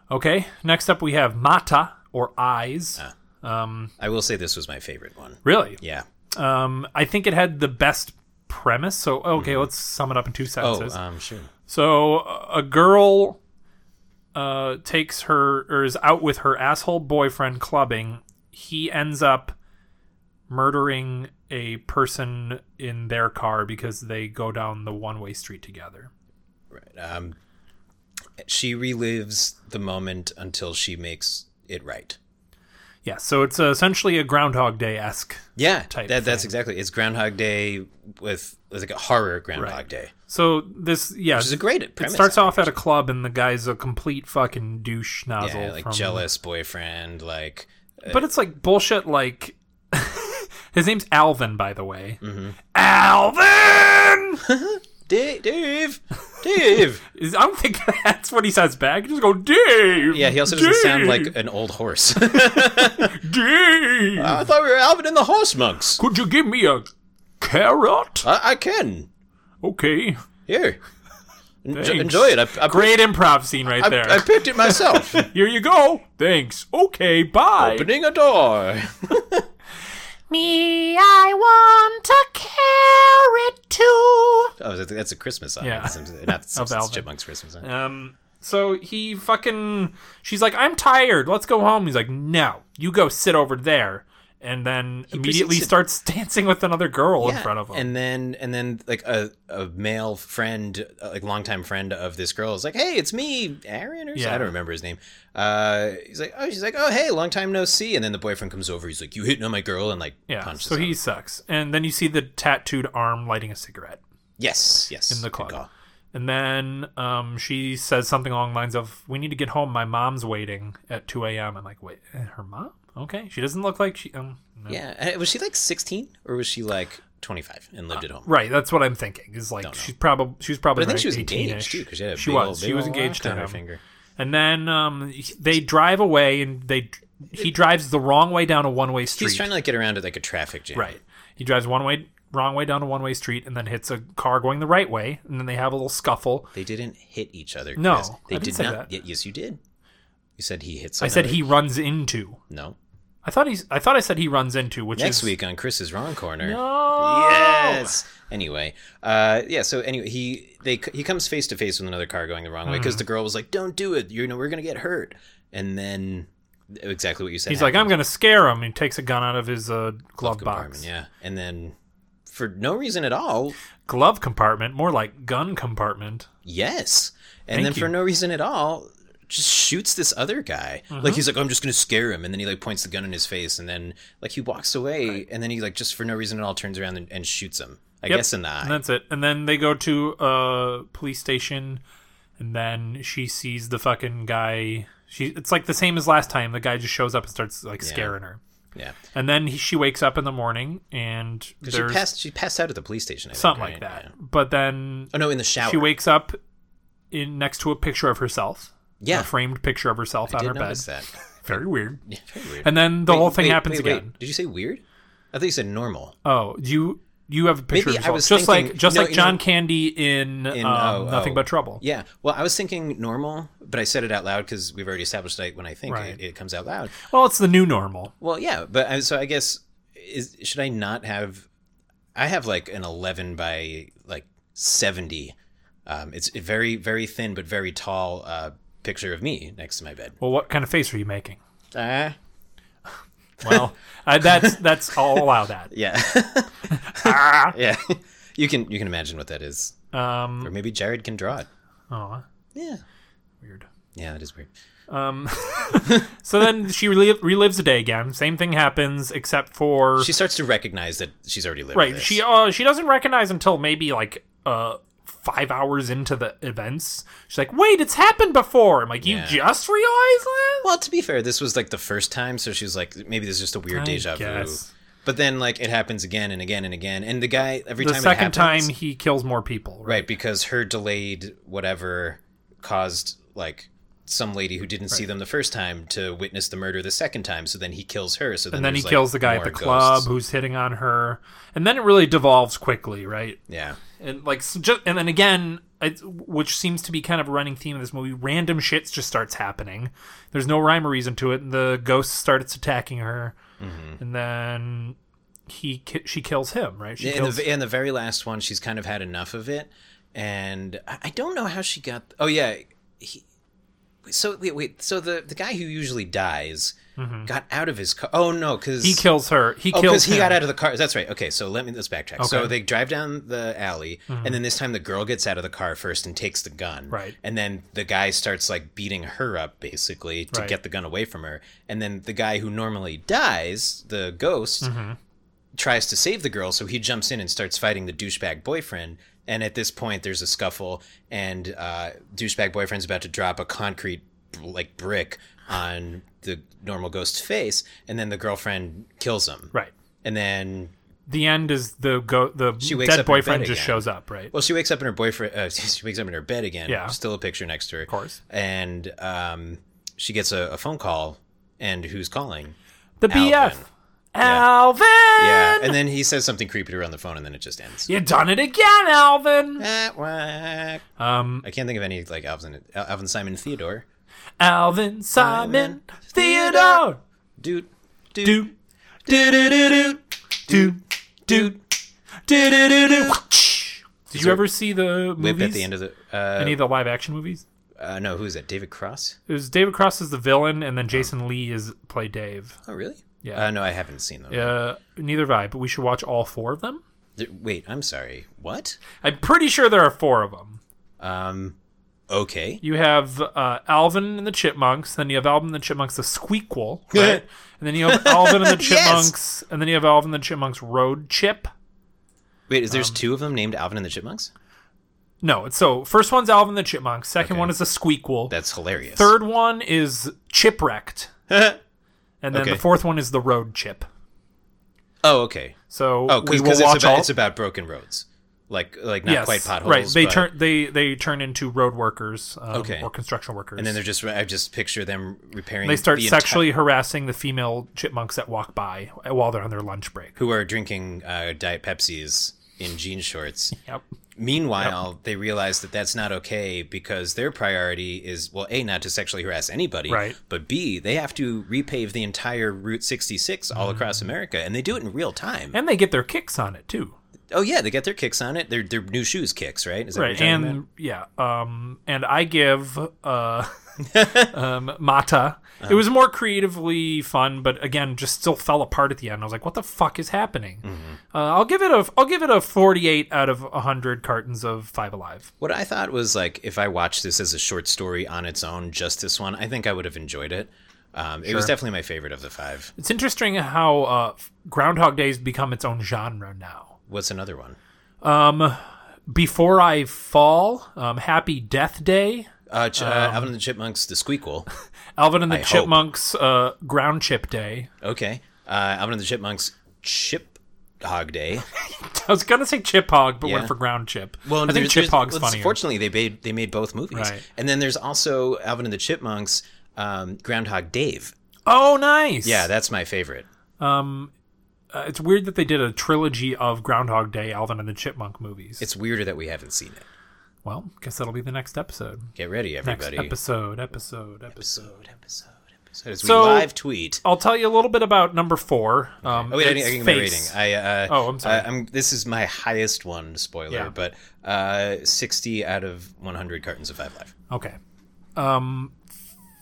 Okay, next up we have Mata, or Eyes. I will say this was my favorite one. Really? Yeah. Um, I think it had the best premise. So, okay, let's sum it up in two Oh, sentences. um, sure. So a- a girl uh, takes her or is out with her asshole boyfriend clubbing. He ends up murdering a person in their car because they go down the one-way street together. Um, she relives the moment until she makes it right. Yeah, so it's uh, essentially a Groundhog Day esque. Yeah, Type that, that's thing. exactly. It's Groundhog Day with with like a horror Groundhog Right. Day, So this, yeah, which is a great it premise. starts off at a club and the guy's a complete fucking douche nozzle. yeah, like from, jealous boyfriend, like but it's like bullshit. Like his name's Alvin, by the way. Mm-hmm. Alvin. Dave, Dave, Dave. Is- I don't think that's what he says back. He just go, Dave. yeah, he also doesn't sound Dave, like an old horse. Dave. I thought we were Alvin and the Horse Monks. Could you give me a carrot? I, I can Okay. here. En- Thanks. enjoy it. I, I, Great improv scene right there. I, I picked it myself. Here you go. Thanks. Okay. Bye. Opening a door. Me, I want a carrot too. Oh, that's- that's a Christmas song. Yeah. It's Not the Simpsons, Alvin. Chipmunks Christmas song. Um. So he fucking. She's like, I'm tired. Let's go home. He's like, No, you go sit over there. and then He immediately proceeds to- starts dancing with another girl in Yeah, front of him. And then and then like a, a male friend, uh, like longtime friend of this girl is like, Hey, it's me, Aaron or something. Yeah. I don't remember his name. Uh he's like, Oh, she's like, Oh hey, long time no see. And then the boyfriend comes over, he's like, You hitting on my girl and like yeah, punches so him. he sucks. And then you see the tattooed arm lighting a cigarette. Yes, yes. in the good club. call. And then um, she says something along the lines of, "We need to get home. My mom's waiting at 2 a.m." I'm like, "Wait, eh, her mom? Okay, she doesn't look like she." Um, no. Yeah. and Was she like sixteen or was she like twenty five and lived at home? Uh, Right, that's what I'm thinking. Is like she's probably she's probably. But I think like she was 18-ish. engaged too, because she had a she big was old- big she was old engaged to lock on her him. finger. And then um, they drive away, and they he drives the wrong way down a one way street. He's trying to like get around to like a traffic jam. Right. He drives one way wrong way down a one way street and then hits a car going the right way and then they have a little scuffle. They didn't hit each other. No, Chris. they I didn't did say not. that. y- Yes, you did. You said he hits. I said another- he runs into. No. I thought he's I thought I said he runs into, which Next is week on Chris's Wrong Corner. No. Yes. Anyway, uh, yeah. So anyway, he they he comes face to face with another car going the wrong way Hmm. because the girl was like, "Don't do it. You know, we're gonna get hurt." And then exactly what you said. He's like, I'm gonna scare him. He takes a gun out of his uh, glove, box. yeah. And then for no reason at all, Glove compartment, more like gun compartment. Yes. And Thank then you. for no reason at all, just shoots this other guy. Like Mm-hmm. he's like, "Oh, I'm just gonna scare him, and then he like points the gun in his face, and then like he walks away, and then he like just for no reason at all turns around and, and shoots him. I Yep. guess in the eye. And that's it. And then they go to a police station, and then she sees the fucking guy. She it's like the same as last time. The guy just shows up and starts like scaring her. yeah. And then he, she wakes up in the morning and 'Cause She there's passed. She passed out at the police station. I think, something like right? that. Yeah. But then Oh no, in the shower. she wakes up in next to a picture of herself. Yeah. A framed picture of herself on Did her bed. notice that. Very weird. Yeah, very weird. And then the Wait, whole thing wait, happens wait, wait. again. Did you say weird? I thought you said normal. Oh, you you have a picture Maybe of I yourself. was just thinking- like just no, like you John know- Candy in, In, um, oh, Nothing oh. But Trouble. Yeah. Well, I was thinking normal, but I said it out loud because we've already established that when I think Right. it, it comes out loud. Well, it's the new normal. Well, yeah, but I, so I guess is should I not have? I have like an eleven by like seventy. Um, it's a very very thin but very tall uh, picture of me next to my bed. Well, what kind of face are you making? Ah, Well, I, that's that's I'll allow that. yeah, yeah. You can you can imagine what that is, Ah. Um, or maybe Jared can draw it. aw, Yeah, weird. yeah, that is weird. So then she relive, relives the day again. Same thing happens except for She starts to recognize that she's already lived. right. this. She uh she doesn't recognize until maybe like uh five hours into the events. She's like, wait, it's happened before. I'm like, you Yeah. just realized that? Well, to be fair, this was like the first time, so she was like, maybe this is just a weird I deja guess. vu. But then, like, it happens again and again and again, and the guy every The time it second happens, time he kills more people. Right. Right, because her delayed whatever caused like some lady who didn't see them the first time to witness the murder the second time. So then he kills her. So then And then he there's, like, kills the guy at more the club ghosts. who's hitting on her, and then it really devolves quickly, right? Yeah, and like so just and then again it, which seems to be kind of a running theme of this movie random shit just starts happening there's no rhyme or reason to it and the ghost starts attacking her Mm-hmm. and then he ki- she kills him right she in kills the in the very last one, she's kind of had enough of it, and I I don't know how she got. Oh yeah, he. So wait, wait. So the the guy who usually dies got out of his car. Oh no, because Mm-hmm. he kills her he Oh, kills because he him. got out of the car. That's right. Okay, so let me let's backtrack. So Okay. Mm-hmm. they drive down the alley, and then this time the girl gets out of the car first and takes the gun. Right. And then the guy starts like beating her up basically to Right. get the gun away from her. And then the guy who normally dies, the ghost, Mm-hmm. tries to save the girl, so he jumps in and starts fighting the douchebag boyfriend. And at this point, there's a scuffle, and uh, douchebag boyfriend's about to drop a concrete like brick on the normal ghost's face, and then the girlfriend kills him. right And then, the end is the go the wakes up dead in boyfriend bed just again. shows up right well, she wakes up in her boyfriend. Uh, she wakes up in her bed again. Yeah. Still a picture next to her. Of course. And um, she gets a, a phone call, and who's calling? the bf alvin, Alvin. Yeah. And then he says something creepy to her on the phone, and then it just ends. you done it again alvin Ah, whack. um I can't think of any like Alvin, Alvin Simon Theodore. alvin simon theodore Dude, dude, do do do do do do do do do do do. Did you there ever see the whip movies? at the end of the. Uh, Any of the live action movies? uh, no, who is that? David Cross. It was David Cross is the villain, and then Jason Lee is play Dave. Oh, really? Uh, Yeah. no, I haven't seen them. Uh, neither have I, but we should watch all four of them. Th- Wait, I'm sorry. What? I'm pretty sure there are four of them. Um, okay. You have uh, Alvin and the Chipmunks, then you have Alvin and the Chipmunks, the Squeakquel, right? and then you have Alvin and the Yes! Chipmunks, and then you have Alvin and the Chipmunks Road Chip. Wait, is there's Um, two of them named Alvin and the Chipmunks? No, it's- so first one's Alvin and the Chipmunks, second Okay. one is the Squeakquel, That's hilarious. third one is Chipwrecked, and then Okay. the fourth one is the Road Chip. oh, okay. So Oh, we because will it's, watch about- all. it's about broken roads, like like not yes, quite potholes. right? They but- turn they they turn into road workers, um, Okay. or construction workers, and then they're just I just picture them repairing. they start the entire- sexually harassing the female chipmunks that walk by while they're on their lunch break. who are drinking uh, diet Pepsis in jean shorts. Yep. Meanwhile, they realize that that's not okay because their priority is well, a not to sexually harass anybody, Right. But b they have to repave the entire Route 66 all across Mm. America, and they do it in real time. And they get their kicks on it too. oh yeah, they get their kicks on it. Their their new shoes kicks, right? Is that what Right. you're talking And about? yeah. Um and I give uh um Mata. It was more creatively fun, but again, just still fell apart at the end. I was like, what the fuck is happening? Uh, I'll give it a I'll give it a forty eight out of hundred cartons of Five Alive. What I thought was like if I watched this as a short story on its own, just this one, I think I would have enjoyed it. Um, It was definitely my favorite of the five. It's interesting how uh Groundhog Day's become its own genre now. What's another one? Before I Fall, um, Happy Death Day, Uh, Ch- Um, uh, Alvin and the Chipmunks, the Squeakquel. Alvin and the hope. Chipmunks uh, Ground Chip Day. Okay. Uh, Alvin and the Chipmunks, Chip Hog Day. I was gonna say Chip Hog, but Yeah. went for Ground Chip. Well, I think there's- Chip there's- Hog's well, funnier. Fortunately, they made they made both movies, Right. and then there's also Alvin and the Chipmunks, um, Groundhog Dave. Oh, nice. Yeah, that's my favorite. Uh, it's weird that they did a trilogy of Groundhog Day, Alvin and the Chipmunk movies. It's weirder that we haven't seen it. well, guess that'll be the next episode. Get ready, Next everybody. episode, episode, episode. episode, episode, episode. As So- we live tweet. I'll tell you a little bit about number four. Um, Oh wait, I didn't, I it's didn't give my rating. face. I uh, Oh, I'm sorry. uh, I'm, this is my highest one spoiler, Yeah. but uh, 60 out of 100 cartons of Five Live. Okay. Um,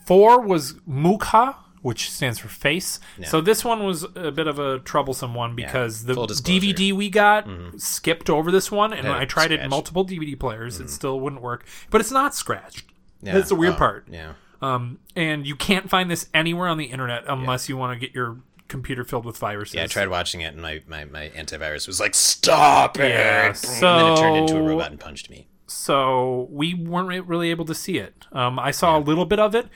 four was Mukha, which stands for face. So this one was a bit of a troublesome one because full the disclosure. DVD we got skipped over this one, and Had when I it tried it in scratched. Mm-hmm. multiple DVD players, it still wouldn't work. But it's not scratched. That's the weird Oh, part. Yeah. Um, and you can't find this anywhere on the internet unless you want to get your computer filled with viruses. Yeah, I tried watching it, and my, my, my antivirus was like, "Stop it!" Yeah, and then it turned into a so- robot and punched me. so we weren't re- really able to see it. Um, I saw a little bit of it.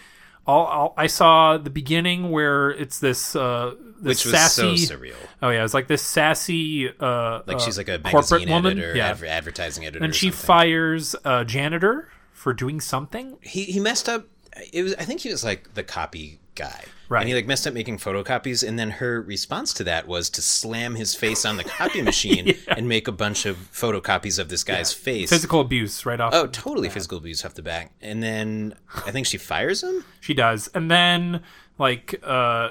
All, all, I saw the beginning where it's this uh, this Which was sassy. so surreal. Oh yeah, it's like this sassy uh, Like she's like a corporate magazine woman, editor, yeah. adver- advertising editor, and or she something. fires a janitor for doing something. he he messed up. It was I think he was like the copy guy, Right. And he like messed up making photocopies, and then her response to that was to slam his face on the copy machine and make a bunch of photocopies of this guy's face. Physical abuse right off. oh, totally physical abuse off the back, and then I think she fires him. She does. And then like uh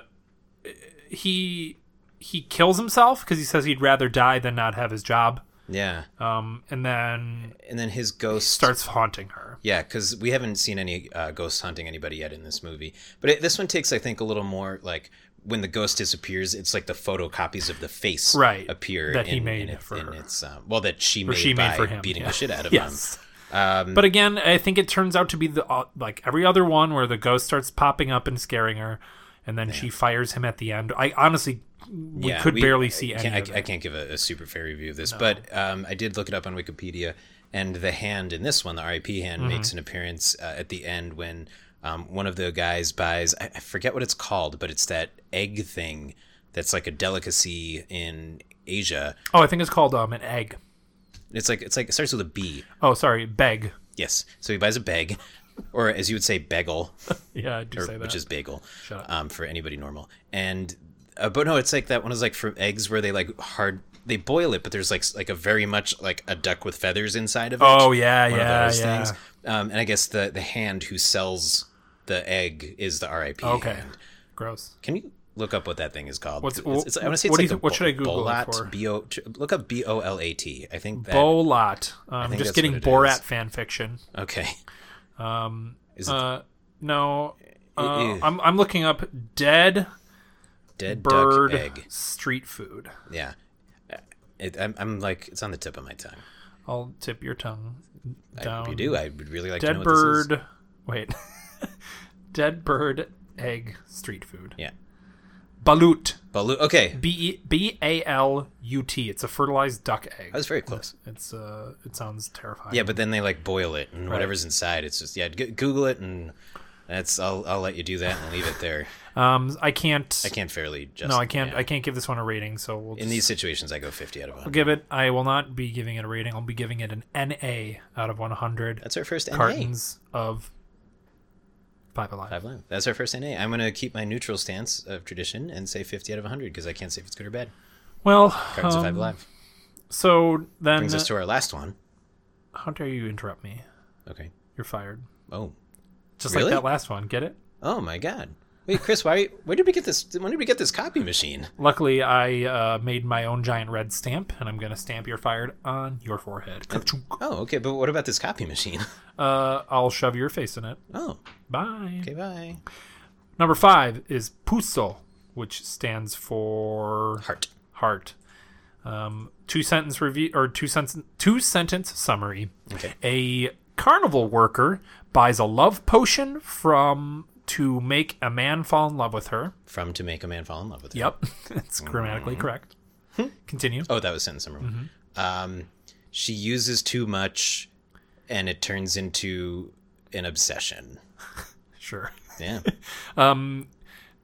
he he kills himself because he says he'd rather die than not have his job. Yeah, Um and then and then his ghost starts haunting her. Yeah, because we haven't seen any uh, ghost hunting anybody yet in this movie. But it, this one takes, I think, a little more like when the ghost disappears, it's like the photocopies of the face Right, appear that he in- made in it- for in her. its um, well that she made, she made by for him, beating yeah. the shit out of Yes. him. Um, But again, I think it turns out to be the uh, like every other one where the ghost starts popping up and scaring her and then she fires him at the end. I honestly we yeah, could barely I see can't- any I, of I it. can't give a, a super fair review of this, but um, I did look it up on Wikipedia, and the hand in this one, the RIP hand, Mm-hmm. makes an appearance uh, at the end when um, one of the guys buys. I, I forget what it's called, but it's that egg thing that's like a delicacy in Asia. Oh, I think it's called um an egg. It's like it's like it starts with a B. Oh, sorry, beg. Yes, so he buys a bag, or as you would say, bagel. Yeah, I do or- say that. which is bagel up. um, for anybody normal. And uh, but no, it's like that one is like from eggs where they like hard they boil it, but there's like s- like a very much like a duck with feathers inside of it. Oh, yeah, One of yeah, those yeah. things. Um, and I guess the the hand who sells the egg is the RIP. okay. hand. Gross. Can you look up what that thing is called? What's- it's, it's, I want to say what it's do you- like a what should I bo- Google it bolat, for? B-O, t- look up B O L A T. I think that. Bolat. Um, think just that's getting what it Borat is. fan fiction. okay. Um, is it Uh, no. Uh, is. I'm I'm looking up dead Dead bird duck egg. street food. Yeah. It, I'm, I'm like, it's on the tip of my tongue. I'll tip your tongue I down. hope you do. I would really like to know Um, Dead what this is. bird. Wait. Dead bird egg street food. Yeah. Balut. Balut. Okay. B E, B A L U T. It's a fertilized duck egg. I was very close. It's uh, it sounds terrifying. Yeah, but then they like boil it and whatever's inside. It's just, yeah, g- Google it and that's, I'll, I'll let you do that and leave it there. Um, I can't. I can't fairly just. No, I can't. yeah. I can't give this one a rating. So we'll In just these situations, I go 50 out of 100. give it. I will not be giving it a rating. I'll be giving it an N A out of one hundred That's our first NA. cartons of Five Alive. Five line. That's our first NA. I'm going to keep my neutral stance of tradition and say 50 out of 100 because I can't say if it's good or bad. Well, Cards of um, Five Alive. so then, Brings us to our last one. how dare you interrupt me? Okay. You're fired. Oh. Just Really? like that last one. Get it? Oh my god. Wait, Chris, why where did we get this when did we get this copy machine? Luckily, I uh, made my own giant red stamp, and I'm gonna stamp "You're fired" on your forehead. Ka-chunk. Oh, okay, but what about this copy machine? Uh, I'll shove your face in it. Oh, Bye. okay, bye. Number five is Puso, which stands for Heart. heart. Um, two sentence review or two sentence two sentence summary. Okay. A carnival worker buys a love potion from to make a man fall in love with her. From to make a man fall in love with. her. Yep, it's Mm-hmm. grammatically correct. Continue. Oh, that was sentence number one. Mm-hmm. Um, she uses too much, and it turns into an obsession. Sure. Yeah.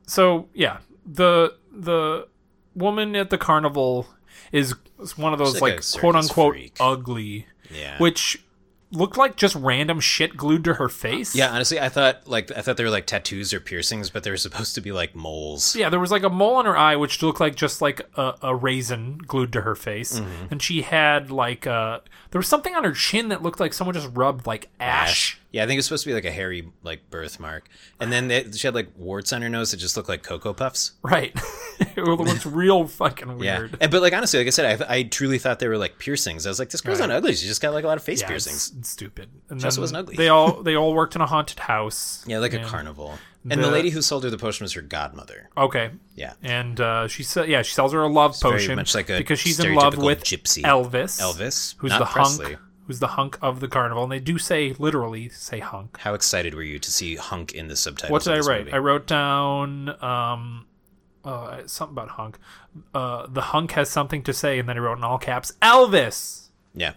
So yeah, the the woman at the carnival is is one of those like a like circus quote unquote freak. ugly, Yeah. which looked like just random shit glued to her face. yeah, honestly, I thought like I thought they were like tattoos or piercings, but they were supposed to be like moles. Yeah, there was like a mole in her eye, which looked like just like a, a raisin glued to her face, Mm-hmm. and she had like uh there was something on her chin that looked like someone just rubbed like ash. Yeah, I think it's supposed to be like a hairy like birthmark, and then they, she had like warts on her nose that just looked like cocoa puffs. Right, it looks real fucking Yeah, weird. and, but like honestly, like I said, I, I truly thought they were like piercings. I was like, this girl's not ugly. She just got like a lot of face Yeah, it's- piercings. it's stupid. And also then wasn't ugly. They all they all worked in a haunted house. Yeah, like a carnival. And the, The- lady who sold her the potion was her godmother. Okay. Yeah, And uh, she se- yeah, she sells her a love very potion much like a because she's in love stereotypical with gypsy. Elvis. Elvis, who's not the Presley. hunk, who's the hunk of the carnival, and they do say literally say hunk. How excited were you to see Hunk in the subtitles? What did of I this write? movie? I wrote down um, uh, something about hunk. Uh, the hunk has something to say, and then I wrote in all caps, Elvis. yeah,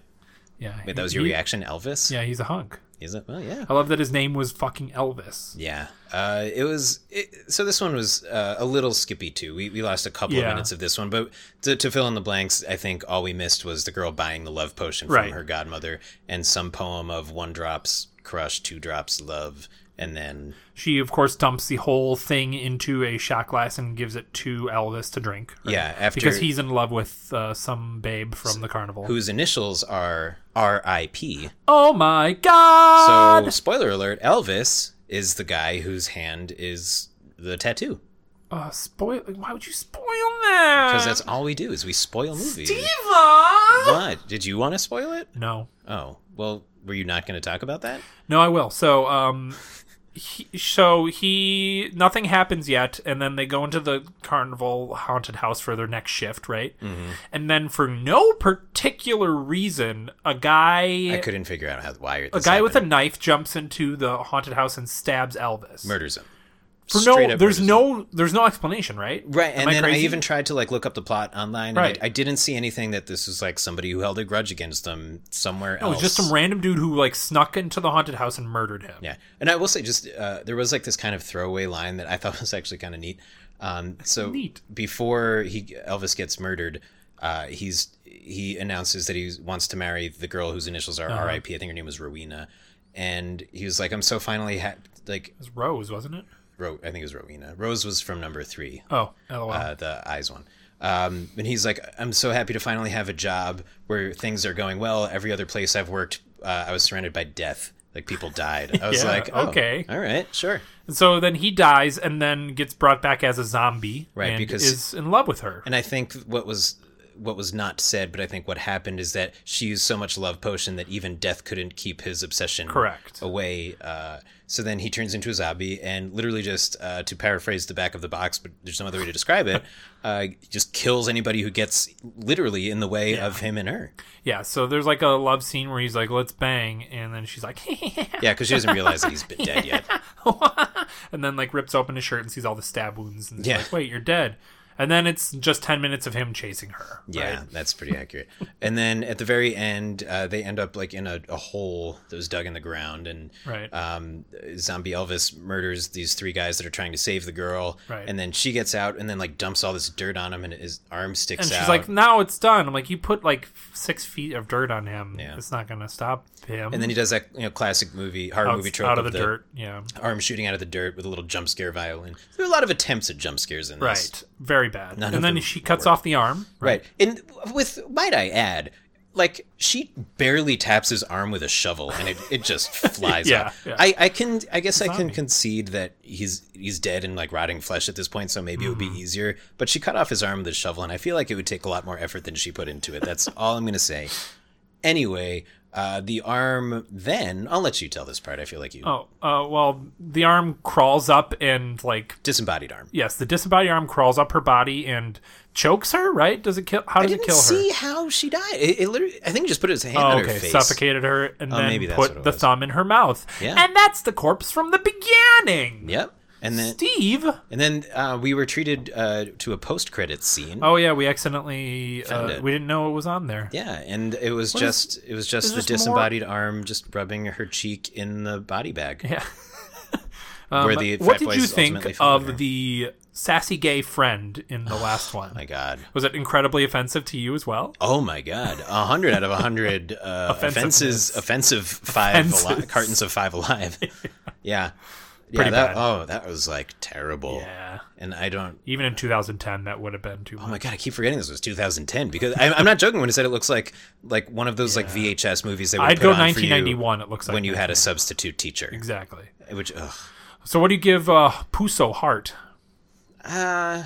Yeah, wait, that was your he- reaction, Elvis. Yeah, Oh. he's a hunk. is it? Well, yeah. I love that his name was fucking Elvis. Yeah, uh, it was. It, so this one was uh, a little skippy too. We, we lost a couple Yeah. of minutes of this one, but to, to fill in the blanks, I think all we missed was the girl buying the love potion from Right. her godmother and some poem of one drops crush, two drops love, and then She, of course, dumps the whole thing into a shot glass and gives it to Elvis to drink. right? yeah, after because he's in love with uh, some babe from the carnival. whose initials are R.I.P. oh my god! So spoiler alert: Elvis is the guy whose hand is the tattoo uh, spoil. Why would you spoil that? because that's all we do is we spoil movies. Diva. What did you want to spoil it? No, Oh well, were you not going to talk about that? No, I will. So, um, he, so he nothing happens yet, and then they go into the carnival haunted house for their next shift, right? Mm-hmm. And then for no particular reason, a I guy, couldn't figure out how why a guy with a knife, jumps into the haunted house and stabs Elvis. murders him. For Straight no, up there's murders no, there's no explanation, right? him. right, and Am I then I crazy? even tried to like look up the plot online. and Right. I, I didn't see anything that this was like somebody who held a grudge against them somewhere It else. was Oh, just some random dude who like snuck into the haunted house and murdered him. yeah, and I will say, just uh, there was like this kind of throwaway line that I thought was actually kind of neat. Um, so Neat. before he Elvis gets murdered, uh, he's he announces that he wants to marry the girl whose initials are R.I.P. I think her name was Rowena, and he was like, "I'm so finally ha- like." It was Rose, wasn't it? Ro- I think it was Rowena. Rose was from number three. Oh, lol. uh, the eyes one. Um, and he's like, I'm so happy to finally have a job where things are going well. Every other place I've worked, uh, I was surrounded by death. Like people died. I was Yeah, like, oh, okay. all right, sure. And so then he dies and then gets brought back as a zombie Right, and because- is in love with her. And I think what was what was not said, but I think what happened is that she used so much love potion that even death couldn't keep his obsession Correct. away. Uh, so then he turns into a zombie and literally just, uh, to paraphrase the back of the box, but there's no other way to describe it, uh, just kills anybody who gets literally in the way of him and her. Yeah, so there's like a love scene where he's like, "Let's bang," and then she's like, Yeah, because she doesn't realize that he's been dead yet. and then like rips open his shirt and sees all the stab wounds, and is Yeah. like, "Wait, you're dead." And then it's just ten minutes of him chasing her. Yeah, that's pretty accurate. and then at the very end, uh, they end up like in a, a hole that was dug in the ground, and Right. um, zombie Elvis murders these three guys that are trying to save the girl. Right. And then she gets out, and then like dumps all this dirt on him, and his arm sticks And she's out. like, "Now it's done." I'm like, "You put like six feet of dirt on him. Yeah. It's not gonna stop him." and then he does that you know classic movie horror out, movie trope out of the, the dirt. Yeah. arm shooting out of the dirt with a little jump scare violin. There are a lot of attempts at jump scares in this. Right. Very bad. None of and then them she cuts off the arm. Right. And with, might I add, like she barely taps his arm with a shovel and it, it just flies Yeah, out. yeah. I, I can I guess I can Zombie. concede that he's he's dead and like rotting flesh at this point, so maybe it would Mm-hmm. be easier. But she cut off his arm with a shovel and I feel like it would take a lot more effort than she put into it. That's all I'm gonna say. Anyway, uh, the arm then I'll let you tell this part, I feel like you Oh, uh, well, the arm crawls up and like disembodied arm. yes, the disembodied arm crawls up her body and chokes her. Right? Does it kill? How I does it didn't kill her? see how she died. It, it literally, I think it just put his hand Oh, on her okay, face. Oh, suffocated her and then maybe that's what it put the was. thumb in her mouth. Yeah. And that's the corpse from the beginning. Yep. And then Steve. And then uh, we were treated uh, to a post-credits scene. Oh yeah, we accidentally Found uh, it. we didn't know it was on there. Yeah, and it was is- just it was just is the this more- disembodied arm just rubbing her cheek in the body bag. Yeah. where Um, the what Fat did Boys you think ultimately found of her. the sassy gay friend in the last one? My God. was it incredibly offensive to you as well? Oh my God! A hundred out of a hundred uh, offenses, Offensiveness. offensive five Offenses. ali- cartons of five alive. yeah, yeah. Pretty that, bad. Oh, that was like terrible. Yeah. And I don't. Even in 2010, that would have been too much. Oh my God! I keep forgetting this was 2010 because I, I'm not joking when I said it looks like like one of those like VHS movies they would I'd put go on for you 1991. It looks like when you that. had a substitute teacher, exactly. which. Ugh. So what do you give uh, Puso Heart? Uh,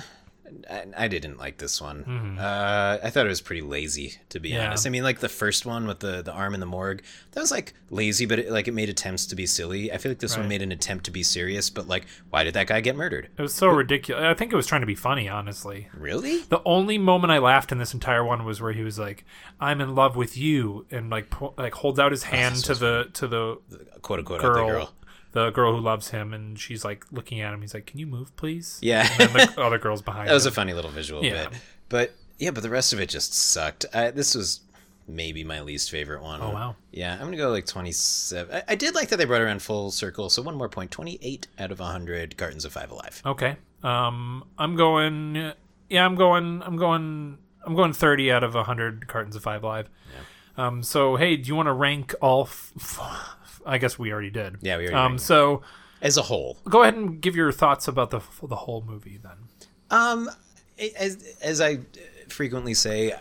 I, I didn't like this one. Uh, I thought it was pretty lazy, to be Mm-hmm. Yeah. honest. I mean, like the first one with the, the arm in the morgue, that was like lazy, but it, like it made attempts to be silly. I feel like this one Right. made an attempt to be serious, but like, why did that guy get murdered? It was so ridiculous. I think it was trying to be funny, honestly. Really? The only moment I laughed in this entire one was where he was like, "I'm in love with you," and like po- like holds out his Oh, hand to the to the Quote unquote, girl. girl, the girl. the girl who loves him, and she's like looking at him. He's like, "Can you move, please?" Yeah. And then the other girl's behind. That was a him. funny little visual Yeah. bit. But yeah, but the rest of it just sucked. I, this was maybe my least favorite one. Oh, wow. Yeah, I'm going to go like 27. I, I did like that they brought around full circle. So one more point 28 out of 100 cartons of five alive. okay. Um, I'm going. Yeah, I'm going. I'm going. I'm going 30 out of 100 cartons of Five Live. Um, so hey, do you want to rank all? F- f- I guess we already did. Yeah, we already Um, ranked so as a whole. go ahead and give your thoughts about the the whole movie then. Um, as as I frequently say,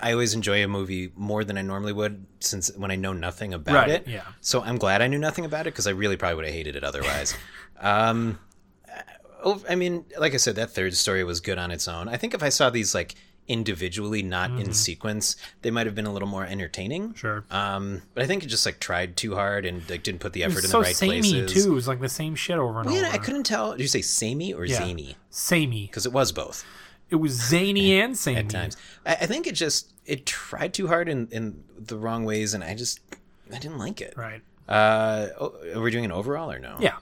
I always enjoy a movie more than I normally would since when I know nothing about Right, it. yeah. So I'm glad I knew nothing about it because I really probably would have hated it otherwise. um, ov- I mean, like I said, that third story was good on its own. I think if I saw these like individually, not in sequence, they might have been a little more entertaining. Mm-hmm. Sure. Um, but I think it just like tried too hard and like didn't put the effort It's in so the right samey places. too. It was like the same shit over and Man, over. I couldn't tell. Did you say samey or zany? Samey. Because it was both. It was zany and samey. at times. I, I think it just it tried too hard in in the wrong ways, and I just I didn't like it. Right. Uh, oh, are we doing an overall or no? Uh, Yeah.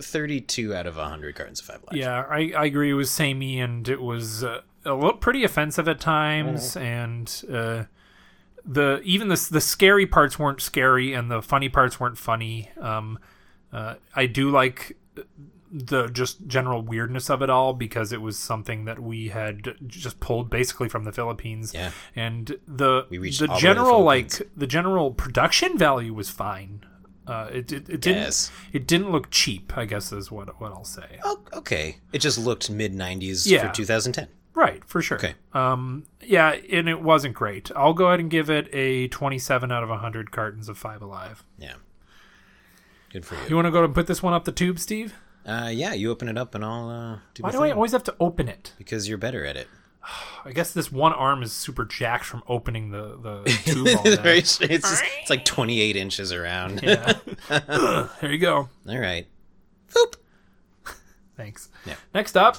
thirty-two out of hundred cartons of five lives. Yeah, I, I agree. It was samey and it was uh, a little pretty offensive at times, Mm-hmm. and uh, the even the the scary parts weren't scary, and the funny parts weren't funny. Um, uh, I do like the just general weirdness of it all because it was something that we had just pulled basically from the Philippines. Yeah. and the We reached the all the way to the general like Philippines. the general production value was fine. Uh, it, it, it didn't Yes. it didn't look cheap. I guess is what what I'll say. Oh, okay. It just looked mid nineties Yeah. for two thousand ten. Right, for sure. Okay. Um, yeah, and it wasn't great. I'll go ahead and give it a 27 out of 100 cartons of Five Alive. Yeah. Good for You you. want to go and put this one up the tube, Steve? Uh, yeah, you open it up and I'll uh, do my Why do thing I always have to open it? because you're better at it. I guess this one arm is super jacked from opening the the tube. All Right? day. it's, just, it's like 28 inches around. Yeah. Ugh, there you go. All right. Boop. Thanks. Yeah. Next up.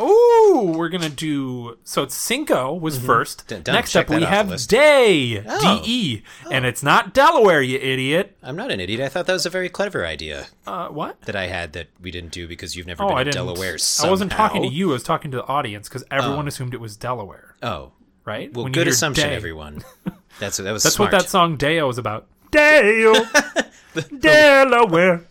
Oh, we're gonna do. So it's Cinco was first. D- done. Next Check up that we off the have list. Day Oh. D E, and it's not Delaware, you idiot. I'm not an idiot. I thought that was a very clever idea Uh, what? that I had that we didn't do because you've never Oh, been I to didn't. Delaware. I wasn't talking to somehow. you. I was talking to the audience because everyone assumed it was Delaware, Oh, right? well, When you good hear assumption, Day. everyone. That's that was That's smart. what that song Deo was about. Dale, Delaware.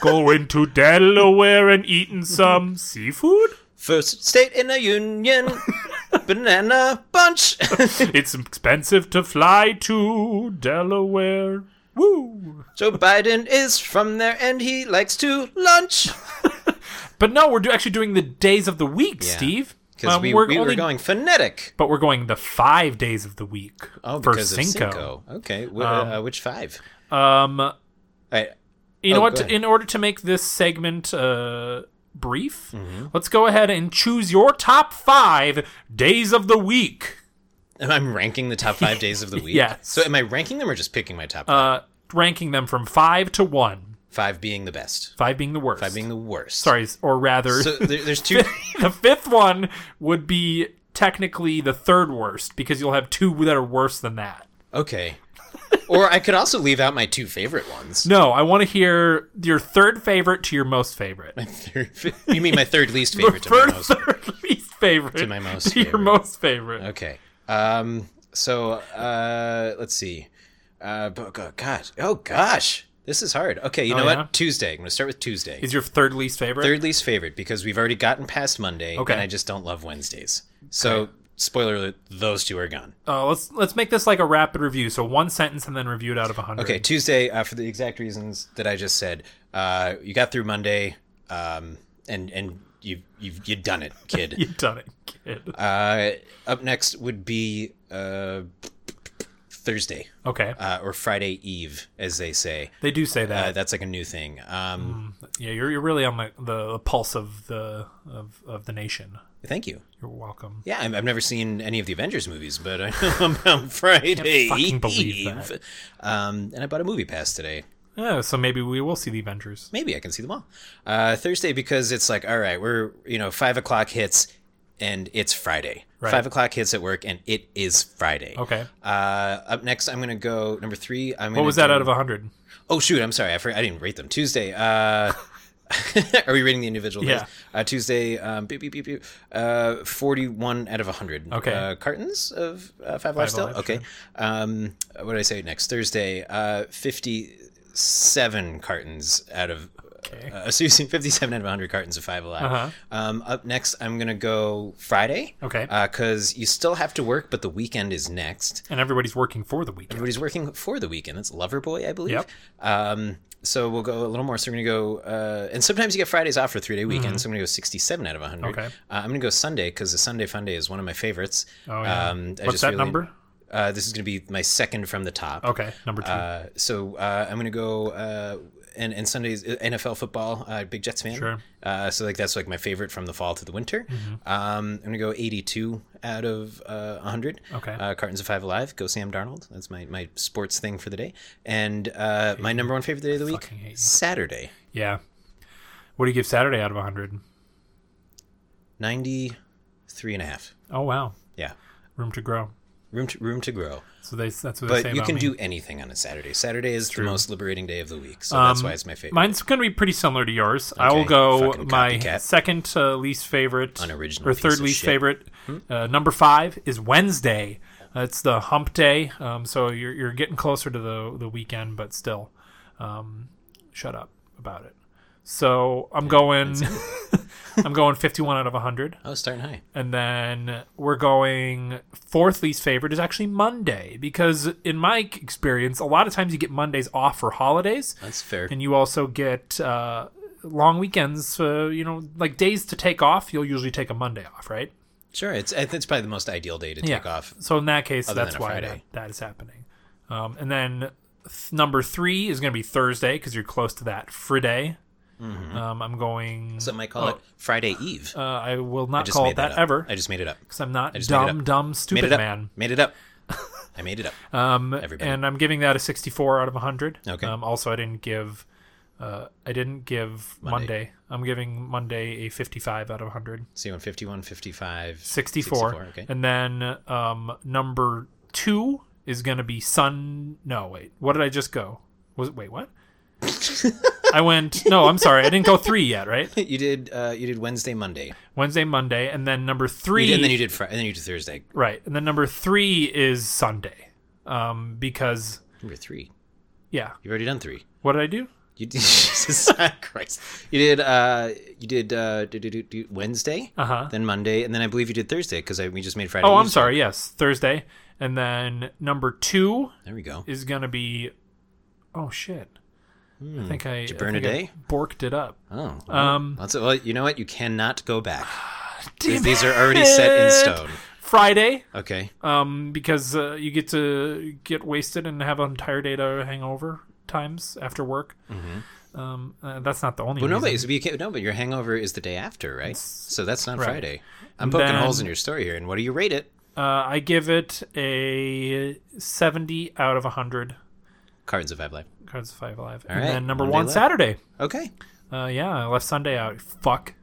Going to Delaware and eating some seafood? First state in the union, banana bunch. It's expensive to fly to Delaware. Woo! Joe Biden is from there, and he likes to lunch. Um, But no, we're do- actually doing the days of the week, Steve. Because Um, we, we're we were only- going phonetic. but we're going the five days of the week Oh, for because of Cinco. Okay, wh- uh, which five? Um, All right. You know Oh, what? go ahead. in order to make this segment uh, brief, Mm-hmm. let's go ahead and choose your top five days of the week. I'm ranking the top five days of the week. Yes. So am I ranking them or just picking my top five? Uh, ranking them from five to one, five being the best, five being the worst. five being the worst. sorry, s- or rather, So there, there's two. the fifth one would be technically the third worst because you'll have two that are worse than that. Okay. Or I could also leave out my two favorite ones. No, I want to hear your third favorite to your most favorite. you mean my third least favorite? to my Third, most- third least favorite to my most your favorite. most favorite. Okay. Um. So, uh, let's see. Uh, but, oh, God. Oh, gosh. This is hard. Okay. You know Oh, yeah? what? Tuesday. I'm gonna start with Tuesday. Is your third least favorite? third least favorite because we've already gotten past Monday, Okay. and I just don't love Wednesdays. So, spoiler alert: those two are gone. Uh, let's let's make this like a rapid review. So one sentence and then review it out of a hundred. Okay, Tuesday uh, for the exact reasons that I just said. Uh, you got through Monday, um, and and you you you done it, kid. you done it, kid. uh, up next would be uh, Thursday Okay, uh, or Friday Eve, as they say. they do say Uh, that. that's like a new thing. Um, yeah, you're you're really on the, the pulse of the of, of the nation. Thank you. You're welcome. Yeah, I'm, I've never seen any of the Avengers movies, but I know about Friday fucking Eve. believe that. Um, and I bought a movie pass today. Yeah, so maybe we will see the Avengers. maybe I can see them all. Uh, Thursday because it's like, all right, we're you know five o'clock hits and it's Friday. Right. Five o'clock hits at work and it is Friday. Okay. Uh, up next, I'm gonna go number three. I'm What was that out of a hundred? Oh shoot, I'm sorry, I forgot, I didn't rate them. Tuesday. Uh, are we rating the individual? days? Yeah. Uh, Tuesday. Um, beep, beep, beep, beep, uh, forty-one out of hundred. Okay. Uh, cartons of uh, Five Live still. Live, okay. sure. Um, what did I say next? Thursday. Uh, fifty-seven cartons out of. Okay. Uh, excuse me, 57 out of 100 cartons of Five Alive. Uh-huh. Um, up next, I'm going to go Friday. Okay. Because you still have to work, but the weekend is next. And everybody's working for the weekend. Everybody's working for the weekend. That's Loverboy, I believe. Yep. Um, so we'll go a little more. So we're going to go, uh, and sometimes you get Fridays off for three day weekends. So I'm going to go 67 out of 100. Mm-hmm. Okay. Uh, I'm going to go Sunday because the Sunday Fun Day is one of my favorites. Oh yeah. Um, I What's just that really- number? Uh, this is going to be my second from the top. Okay, number two. Uh, so uh, I'm gonna go uh, and and Sunday's uh, NFL football. Uh, big Jets fan. Sure. Mm-hmm. Uh, so like that's like my favorite from the fall to the winter. Um, I'm gonna go 82 out of uh, 100. Okay. Uh, Cartons of Five Alive. Go Sam Darnold. That's my my sports thing for the day. And uh, my number one favorite day of the week. fucking hate you. Saturday. yeah. What do you give Saturday out of a hundred? 93 and a half. Oh wow, Yeah. room to grow. Room to, room to grow, So they that's what they say but you about can me. do anything on a Saturday. Saturday is the most liberating day of the week, so that's Um, why it's my favorite. Mine's going to be pretty similar to yours. I will Okay, go fucking my copycat. second uh, least favorite, Unoriginal or piece third of least shit. Hmm? favorite. Uh, number five is Wednesday. Uh, it's the hump day, um, so you're, you're getting closer to the the weekend, but still, um, shut up about it. So I'm going, I'm going 51 out of 100, Oh, starting high. and then we're going fourth least favorite is actually Monday because in my experience, a lot of times you get Mondays off for holidays, That's fair. and you also get uh, long weekends. Uh, you know, like days to take off. You'll usually take a Monday off, right? Sure, it's I think it's probably the most ideal day to take off. So in that case, than that's a why Friday. that, that is happening. Um, and then th- number three is going to be Thursday because you're close to that Friday. Mhm. Um, I'm going. Some might call oh, it Friday Eve. Uh, I will I not just call made it that, up. ever I just made it up. because I'm not I just made it dumb, up. dumb, Made stupid it up. man. Made it up. I made it up. Um, Everybody. and I'm giving that a 64 out of 100. Okay. Um, also, I didn't give. Uh, I didn't give Monday. I'm giving Monday a 55 out of 100. See, 151, 55, 64. Okay. And then um, number two is going to be Sun. No, wait. What did I just go? Was Wait, what? I went. No, I'm sorry. I didn't go three yet, right? you did. Uh, you did Wednesday, Monday. Wednesday, Monday. And then number You three. did, and then you did Friday. And then you did Thursday. right. And then number three is Sunday. Um, because, Number three. yeah. You've already done three. What did I do? You did Jesus Christ. You did. Uh, you did uh, do, do, do, do, Wednesday, Uh huh. then Monday, and then I believe you did Thursday because we just made Friday. Oh, Eve, I'm so- sorry. Yes, Thursday. And then number two There we go. is going to be. Oh, shit. I think I. Did Hmm. you burn a day? borked it up. Oh, well, Um, that's well. You know what? You cannot go back. Damn These are already set in it. stone. Friday, Okay. um, because uh, you get to get wasted and have an entire day to hangover times after work. Um, uh, that's not the only Mm-hmm. Well, no, reason. but, you can't, no, but your hangover is the day after, right? So that's not Friday. I'm And poking then- holes in your story here. And what do you rate it? Uh, I give it a 70 out of 100 Cards of Five Life. cards of five alive. All and right, then number one day one, left. Saturday. Okay. Uh, yeah, I left Sunday out. Fuck.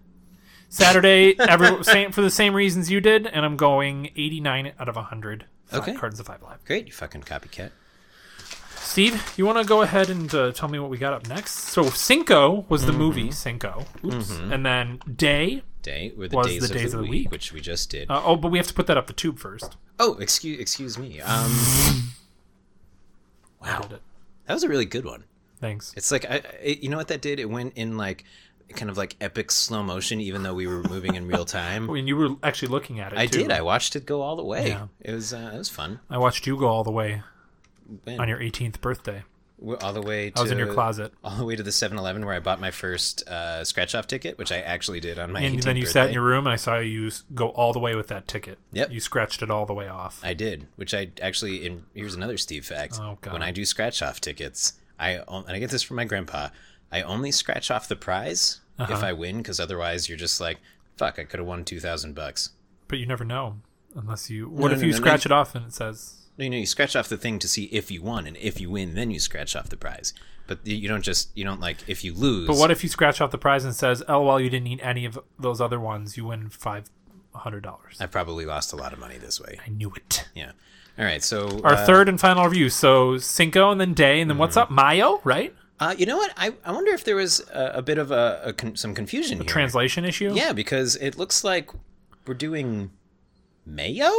Saturday, every, same, for the same reasons you did, and I'm going 89 out of 100. Fi- Okay. Cards of Five Live. Great, you fucking copycat. Steve, you want to go ahead and uh, tell me what we got up next? So, Cinco was the Mm-hmm. movie Cinco. Oops. And then Day. Day were the Was days, the of, days the week, which we just did. Uh, oh, but we have to put that up the tube first. oh, excuse excuse me. Um, I did it. that was a really good one. Thanks. It's like I, I you know what that did? It went in like kind of like epic slow motion, even though we were moving in real time. And you were actually looking at it. I too. did. I watched it go all the way. Yeah. It was uh, it was fun. I watched you go all the way When- on your 18th birthday. w- all the way. To, I was in your closet. All the way to the 7-Eleven where I bought my first uh, scratch off ticket, which I actually did on my. And 18th then you birthday. sat in your room, and I saw you s- go all the way with that ticket. Yep. You scratched it all the way off. I did, which I actually. In here's another Steve fact. Oh, God. When I do scratch off tickets, I on- and I get this from my grandpa. I only scratch off the prize Uh-huh. if I win, because otherwise you're just like, fuck, I could have won two thousand bucks. But you never know unless you. What if no, you no, no. scratch it off and it says No, you know, you scratch off the thing to see if you won, and if you win, then you scratch off the prize. But you- you don't just you don't like if you lose. But what if you scratch off the prize and it says, "LOL, you didn't eat any of those other ones. You win five hundred dollars." I probably lost a lot of money this way. I knew it. Yeah. All right. So Our uh, third and final review. So Cinco and then Day and then what's up? Mayo, Mm. right? uh, you know what? I, I wonder if there was a, a bit of a, a con- some confusion here. Translation issue. Yeah, because it looks like we're doing mayo?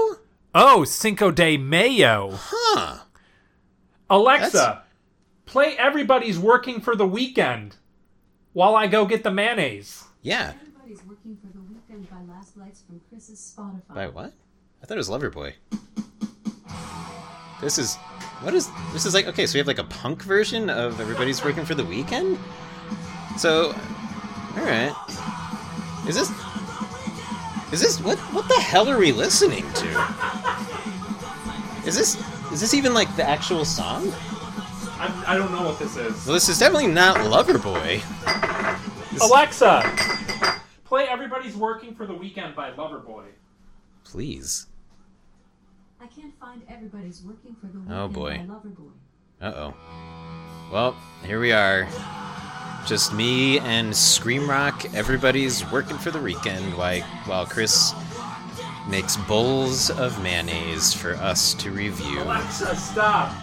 Oh, Cinco de Mayo. Huh. Alexa, That's- play Everybody's Working for the Weekend while I go get the mayonnaise. Yeah. Everybody's working for the weekend by Last Lights from Chris's Spotify. By what? I thought it was Loverboy. This is what is this is like okay, so we have like a punk version of Everybody's Working for the Weekend? So alright. Is this Is this what what the hell are we listening to? Is this is this even like the actual song? I'm, I don't know what this is. Well this is definitely not Loverboy. Alexa, play Everybody's Working for the Weekend by Loverboy. Please. I can't find everybody's working for the weekend Oh, boy. by Loverboy. Uh oh. Well, here we are. Just me and Scream Rock. Everybody's working for the weekend while, while Chris makes bowls of mayonnaise for us to review. Alexa, stop.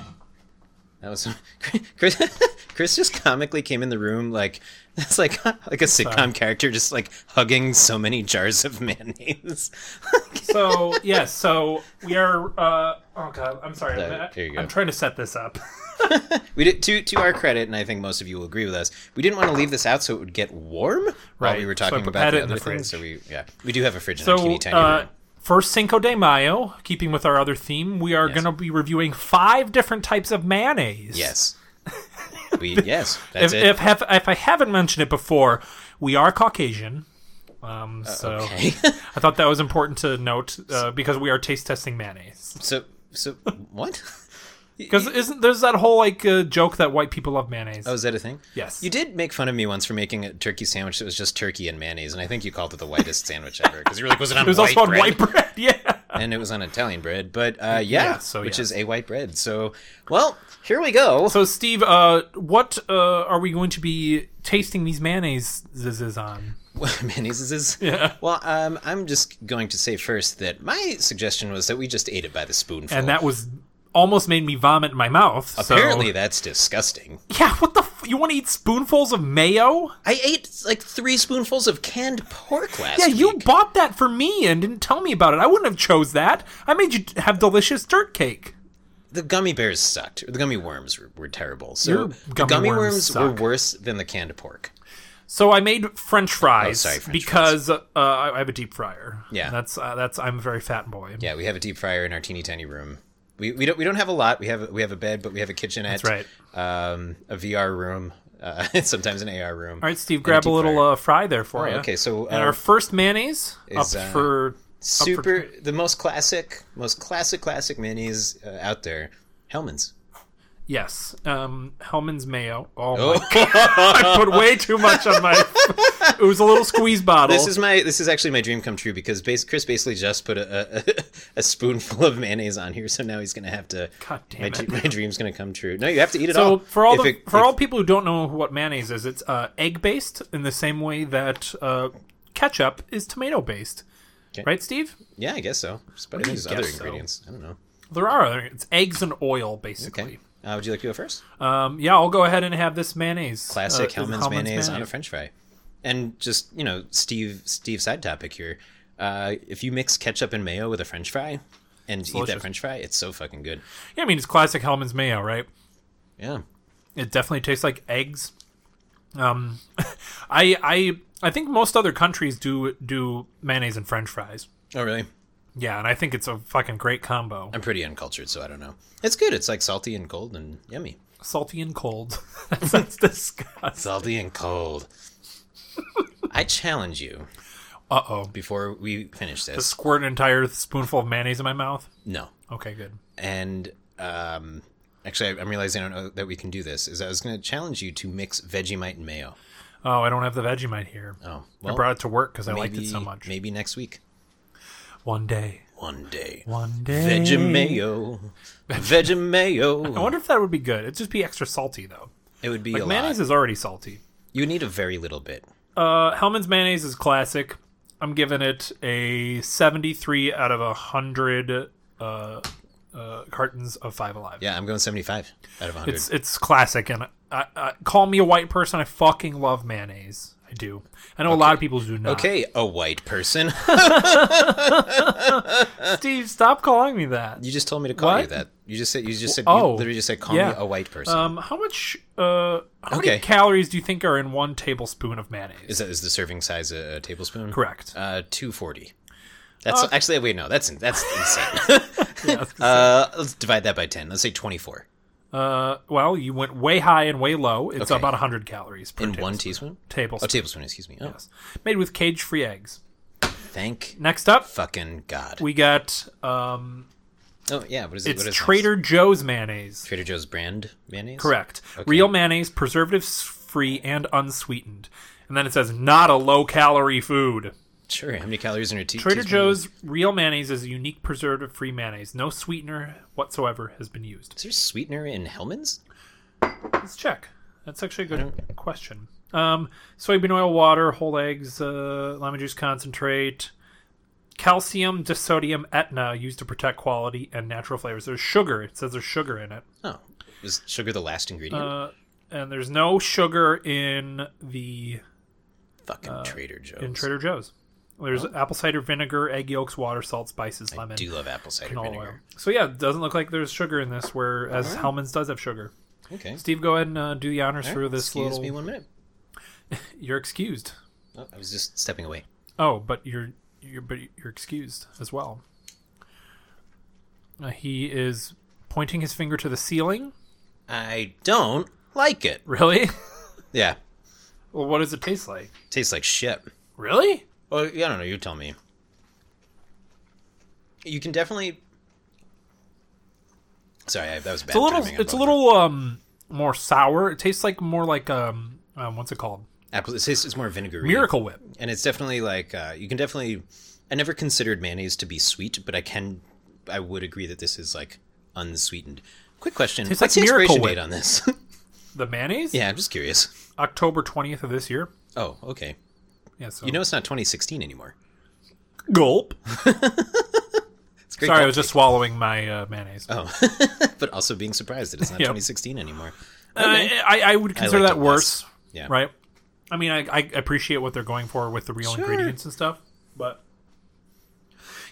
That was Chris. Chris just comically came in the room like that's like like a sitcom character just like hugging so many jars of mayonnaise. So yes, so we are. Uh, oh god, I'm sorry. There- I'm, there you go. I'm trying to set this up. we did to to our credit, and I think most of you will agree with us. We didn't want to leave this out so it would get warm while Right, we were so I talking put- about had the it in other the things. So we yeah, we do have a fridge in our So teeny tiny uh, room. first Cinco de Mayo, keeping with our other theme, we are Yes. going to be reviewing five different types of mayonnaise. Yes, we yes that's If it. if, have, if I haven't mentioned it before, we are Caucasian. Um, so Uh, okay, I thought that was important to note uh, because we are taste testing mayonnaise. so so what? Because isn't there's that whole like uh, joke that white people love mayonnaise? Oh, is that a thing? yes. You did make fun of me once for making a turkey sandwich that was just turkey and mayonnaise, and I think you called it the whitest sandwich ever because you were like, was it on It was white also on bread? white bread. Yeah. and it was on Italian bread, but uh, yeah, Yeah, so which yeah. is a white bread. So, well, here we go. So Steve, uh, what uh, are we going to be tasting these mayonnaises on? Mayonnaise is. Well, um, I'm just going to say first that my suggestion was that we just ate it by the spoonful. And that was almost made me vomit in my mouth. so- apparently that's disgusting. yeah. What the? F- you want to eat spoonfuls of mayo? I ate like three spoonfuls of canned pork last Yeah, you week. bought that for me and didn't tell me about it. I wouldn't have chose that. I made you t- have delicious dirt cake. The gummy bears sucked. The gummy worms were, were terrible. So Your the gummy gummy worms worms, were suck. worse than the canned pork. So I made French fries Oh, sorry, French because Uh, I I have a deep fryer. Yeah. that's uh, that's I'm a very fat boy. Yeah, we have a deep fryer in our teeny tiny room. We, we don't we don't have a lot. We have we have a bed, but we have a kitchenette. That's Um, a VR room, uh, sometimes an AR room. All right, Steve, grab a little uh, fry there for Oh, you. okay, so, and uh, our first mayonnaise is, up uh, for super the most classic most classic classic minis uh, out there hellman's yes, um, Hellman's mayo. Oh, my god, I put way too much on my. it was a little squeeze bottle. this is my this is actually my dream come true because bas- chris basically just put a, a, a spoonful of mayonnaise on here so now he's gonna have to God damn my, it. dr- my dream's gonna come true no you have to eat it So all for all If the, it- for if- all people who don't know what mayonnaise is, it's uh, egg based in the same way that uh, ketchup is tomato based, right, Steve? yeah i guess so Just- but i think there's other guess so. ingredients i don't know There are other, it's eggs and oil basically. okay uh, would you like to go first Um, yeah, I'll go ahead and have this mayonnaise. classic uh, hellman's, mayonnaise, on a french fry and just you know steve steve side topic here uh, if you mix ketchup and mayo with a french fry and eat that delicious. french fry it's so fucking good Yeah, I mean it's classic Hellman's mayo, right? yeah It definitely tastes like eggs. Um, I I I think most other countries do do mayonnaise and French fries. Oh, really? Yeah, and I think it's a fucking great combo. I'm pretty uncultured, so I don't know. It's good. It's like salty and cold and yummy. Salty and cold. that sounds disgusting. Salty and cold. I challenge you Uh oh. before we finish this. Squirt an entire spoonful of mayonnaise in my mouth. No. Okay, good. And um, actually, I- I'm realizing I don't know that we can do this. Is I was going to challenge you to mix Vegemite and mayo. Oh, I don't have the Vegemite here. Oh, I well, brought it to work because I liked maybe it so much. maybe next week, One day. one day. One day. Vegemayo, Vegemayo. I wonder if that would be good. It'd just be extra salty though. It would be a Like mayonnaise lot. is already salty. You need a very little bit. Uh, Hellman's mayonnaise is classic. I'm giving it a 73 out of 100 uh, uh, cartons of Five Alive. Yeah, I'm going 75 out of 100. It's uh, it's classic, and I, I, call me a white person. I fucking love mayonnaise. I do. I know a lot of people do not. okay, a white person. Steve, stop calling me that. You just told me to call you What? that. You just said you just said Oh. you literally just said call Yeah. me a white person. Um, how much? Uh, how Okay. many calories do you think are in one tablespoon of mayonnaise? is that is the serving size a, a tablespoon? Correct. Uh, Uh, two forty. That's actually wait no that's that's insane. uh, let's divide that by ten. Let's say twenty four Uh, well, you went way high and way low. It's Okay. about 100 calories per in tablespoon. one teaspoon. Oh, tablespoon. tablespoon. Excuse me. Oh, Yes. Made with cage-free eggs. thank Next up, fucking god. we got um, oh yeah. What is it? it's What is Trader Joe's mayonnaise. next? Trader Joe's brand mayonnaise. Correct. Real mayonnaise, preservatives free and unsweetened. And then it says not a low calorie food. Sure. How many calories in your tea? Trader teaspoon? Joe's real mayonnaise is a unique preservative free mayonnaise. No sweetener whatsoever has been used. Is there sweetener in Hellman's? Let's check. That's actually a good question. Um, soybean oil, water, whole eggs, uh, lemon juice concentrate, calcium, disodium, etna used to protect quality and natural flavors. There's sugar. It says there's sugar in it. Oh, is sugar the last ingredient? Uh, and there's no sugar in the fucking Trader Joe's. uh, in Trader Joe's. There's apple cider vinegar, egg yolks, water, salt, spices, lemon, I do love apple cider canola vinegar. oil. So yeah, it doesn't look like there's sugar in this. Whereas Hellman's does have sugar. Okay. Steve, go ahead and uh, do the honors for this Excuse little. me one minute. You're excused. Oh, I was just stepping away. Oh, but you're you're but you're excused as well. Uh, he is pointing his finger to the ceiling. I don't like it. Really? Yeah, well, what does it taste like? tastes like shit. Really? Well, yeah, I don't know. You tell me. You can definitely. Sorry, I, that was bad. It's a little. timing on It's a both. little um more sour. It tastes like more like um, um what's it called? Apple, it's, it's more vinegary. Miracle Whip. and it's definitely like uh, you can definitely. I never considered mayonnaise to be sweet, but I can. I would agree that this is like unsweetened. Quick question: Tastes What's like the Miracle expiration Whip. date on this? The mayonnaise. yeah, I'm just curious. October twentieth of this year. Oh, okay. Yeah. So You know, it's not 2016 anymore. gulp. It's great. Sorry, I was just swallowing my uh, mayonnaise. Oh, but also being surprised that it's not Yep. 2016 anymore. I, I, I would consider like that it worse. less. Yeah. Right. I mean, I, I appreciate what they're going for with the real Sure. ingredients and stuff, but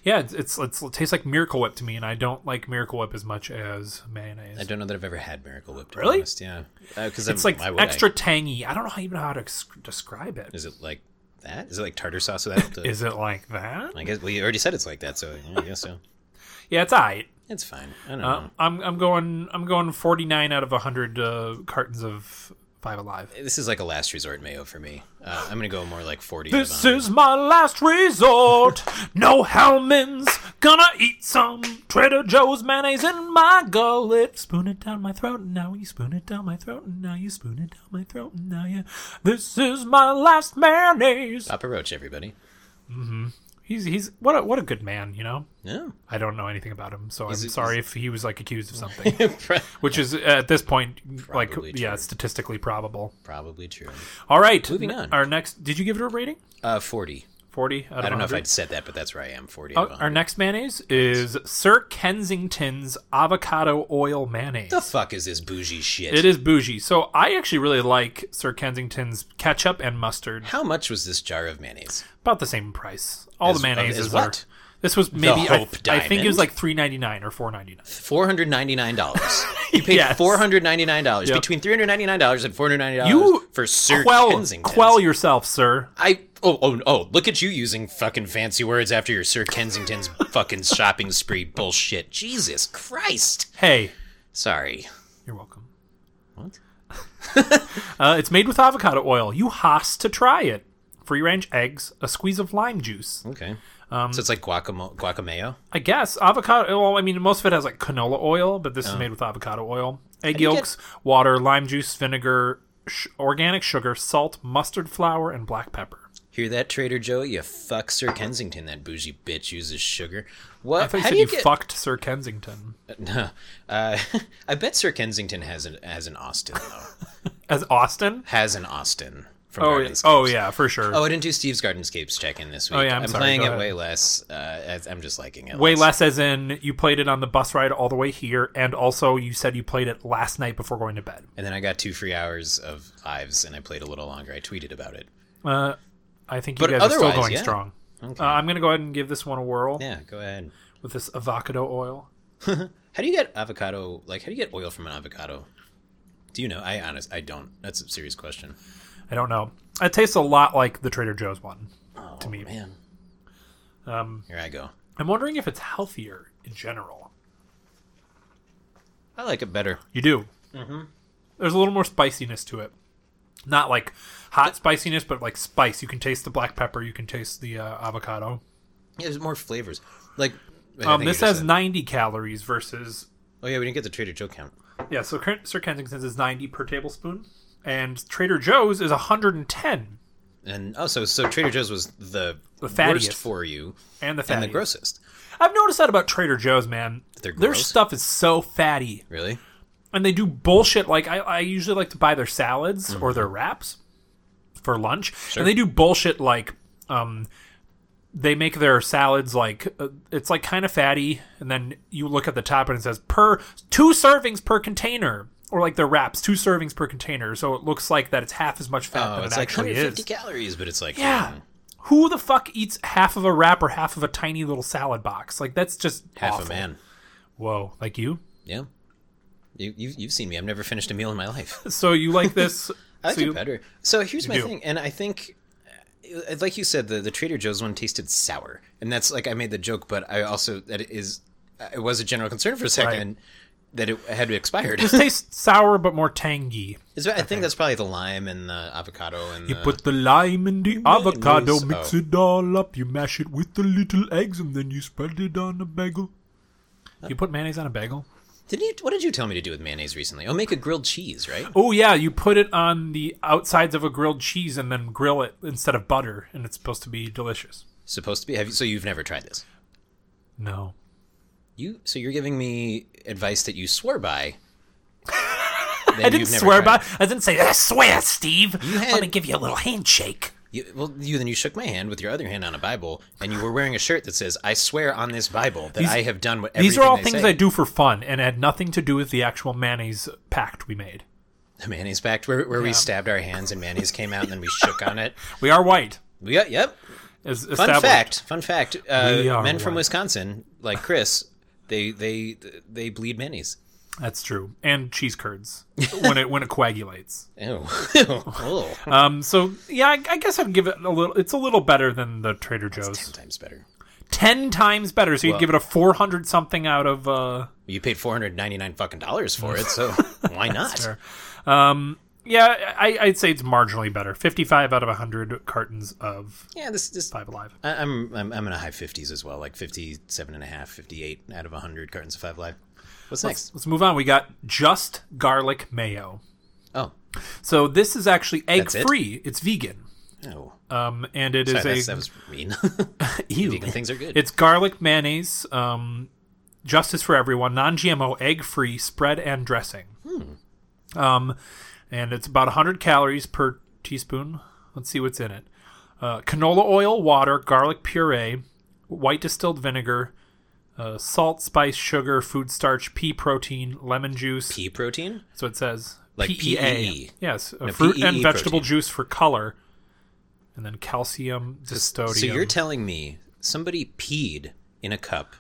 yeah, it's, it's, it's it tastes like Miracle Whip to me, and I don't like Miracle Whip as much as mayonnaise. I don't know that I've ever had Miracle Whip. To Really? Be honest. Yeah. Because It's like why would I? extra tangy. I don't know how, even how to ex- describe it. Is it like that? Is it like tartar sauce without the? Is it like that? I guess well, you already said it's like that, so yeah, I guess so. Yeah, it's alright. It's fine. I don't Uh, know. I'm I'm going I'm going 49 out of 100 uh, cartons of Five Alive. This is like a last resort mayo for me. Uh, I'm gonna go more like 40. This of, um, is my last resort. No Hellman's gonna eat some Trader Joe's mayonnaise in my gullet. Spoon it down my throat, and now you spoon it down my throat, and now you spoon it down my throat, and now you. This is my last mayonnaise. Papa Roach, everybody. He's he's what a, what a good man, you know. No. I don't know anything about him, so I'm it- sorry if he was like accused of something, Pro- which is at this point like Probably yeah, true. statistically probable. Probably true. All right, Moving on. Our next, did you give it a rating? Uh, 40. Forty. Out of I don't know if 100? I'd said that, but that's where I am. 40. Uh, of our 100. next mayonnaise is Sir Kensington's avocado oil mayonnaise. the fuck is this bougie shit? It is bougie. So I actually really like Sir Kensington's ketchup and mustard. How much was this jar of mayonnaise? About the same price. All Is- the mayonnaise is is what? This was maybe I, Hope I think it was Diamond? like three ninety nine or four ninety nine. $499. You paid Yes. $499 Yep. between $399 and $499 You for Sir Quell, Kensington's. quell yourself, sir. I oh oh oh! Look at you using fucking fancy words after your Sir Kensington's fucking shopping spree bullshit. Jesus Christ! Hey, Sorry. you're welcome. What? Uh, it's made with avocado oil. You has to try it. Free range eggs, a squeeze of lime juice. Okay. Um, so it's like guacamo- guacamole. I guess avocado. Well, I mean, most of it has like canola oil, but this is made with avocado oil, egg you get- yolks, water, lime juice, vinegar, sh- organic sugar, salt, mustard flour, and black pepper. Hear that, Trader Joe? You fuck Sir Kensington. That bougie bitch uses sugar. What? I thought you How said do you, you get? fucked Sir Kensington No. Uh, I bet Sir Kensington has an has an Austin though. as Austin. has an Austin from Oh, yeah. Gardenscapes. oh yeah, for sure. Oh, I didn't do Steve's Gardenscapes check in this week. Oh, yeah, I'm I'm sorry, playing go it ahead. way less. Uh, as- I'm just liking it. Way less, as in you played it on the bus ride all the way here, and also you said you played it last night before going to bed. And then I got two free hours of lives, and I played a little longer. I tweeted about it. Uh, I think you But guys are still otherwise, going yeah. strong. Uh, I'm gonna go ahead and give this one a whirl Yeah, go ahead. with this avocado oil. How do you get avocado? Like, how do you get oil from an avocado? Do you know? I honest, I don't. That's a serious question. I don't know. It tastes a lot like the Trader Joe's one to me. Oh, Man, um, here I go. I'm wondering if it's healthier in general. I like it better. You do. Mm-hmm. There's a little more spiciness to it. Not like hot spiciness, but like spice. You can taste the black pepper. You can taste the uh, avocado. Yeah, there's more flavors. Like, wait, I Um, think this you just has said- 90 calories versus Oh yeah, we didn't get the Trader Joe count. yeah. So Ken- Sir Kensington's is 90 per tablespoon, and Trader Joe's is 110. And also, so Trader Joe's was the, The fattiest. worst for you And the and the fattiest. grossest. I've noticed that about Trader Joe's, man. They're Their gross? stuff is so fatty. Really? and they do bullshit like I, I usually like to buy their salads Mm-hmm. or their wraps for lunch and they do bullshit like um they make their salads like uh, it's like kind of fatty and then you look at the top and it says per two servings per container or like their wraps two servings per container so it looks like that it's half as much fat Oh, than it's it like actually 150 is calories, but it's like yeah mm, who the fuck eats half of a wrap or half of a tiny little salad box like that's just half awful. a man. whoa like you Yeah. You, you've, you've seen me. I've never finished a meal in my life. so you like this I like so it you- better. So here's my do. thing. And I think, uh, like you said, the, the Trader Joe's one tasted sour. And that's like, I made the joke, but I also, that it is, it was a general concern for a second that it had expired. It tastes sour but more tangy. It's- I think that's probably the lime and the avocado and the, Put the lime in the avocado, nice. mix Uh, Oh. it all up. You mash it with the little eggs, and then you spread it on a bagel. You put mayonnaise on a bagel? Didn't you? What did you tell me to do with mayonnaise recently? Oh, make a grilled cheese, right? Oh yeah, you put it on the outsides of a grilled cheese and then grill it instead of butter, and it's supposed to be delicious. Supposed to be. Have you, so you've never tried this. No. You. So you're giving me advice that you swore by. I didn't swear by. I didn't say I swear, Steve. You had- Let me give you a little handshake. You, well, you then you shook my hand with your other hand on a Bible, and you were wearing a shirt that says, "I swear on this Bible that These- I have done what." These are all everything things they I say." do for fun and had nothing to do with the actual mayonnaise pact we made. The mayonnaise pact, where, where we stabbed our hands and mayonnaise came out, and then we shook on it. We are white. We got yep. Is Fun established. fact. Fun fact. We Uh, are men from white. Wisconsin, like Chris, they they they bleed mayonnaise. That's true. And cheese curds when it when it coagulates. Ew. Ew. Um. So yeah, I, I guess I'd give it a little. It's a little better than the Trader Joe's. Times better. Ten times better. So you'd give it a four hundred something out of. uh You paid four hundred ninety nine fucking dollars for it, so why not? fair. Um. Yeah, I, I'd say it's marginally better. Fifty-five out of hundred cartons of Yeah, this this Five Alive. I- I'm, I'm I'm in a high 50s as well, like 57 and a half, 58 out of 100 cartons of Five Live. What's next? Let's move on. We got just garlic mayo. Oh, So this is actually egg That's it? free. It's vegan. oh, Um, and it is Sorry, that's, a that was mean. Ew. Vegan things are good. It's garlic mayonnaise, um, justice for everyone, non-GMO, egg-free spread and dressing. Hmm. Um, and it's about 100 calories per teaspoon. Let's see what's in it: uh, canola oil, water, garlic puree, white distilled vinegar, uh, salt, spice, sugar, food starch, pea protein, lemon juice. pea protein. So it says Like E PEA. PEE. Yes, a fruit PEE and vegetable protein. juice for color, and then calcium distodium. So you're telling me somebody peed in a cup?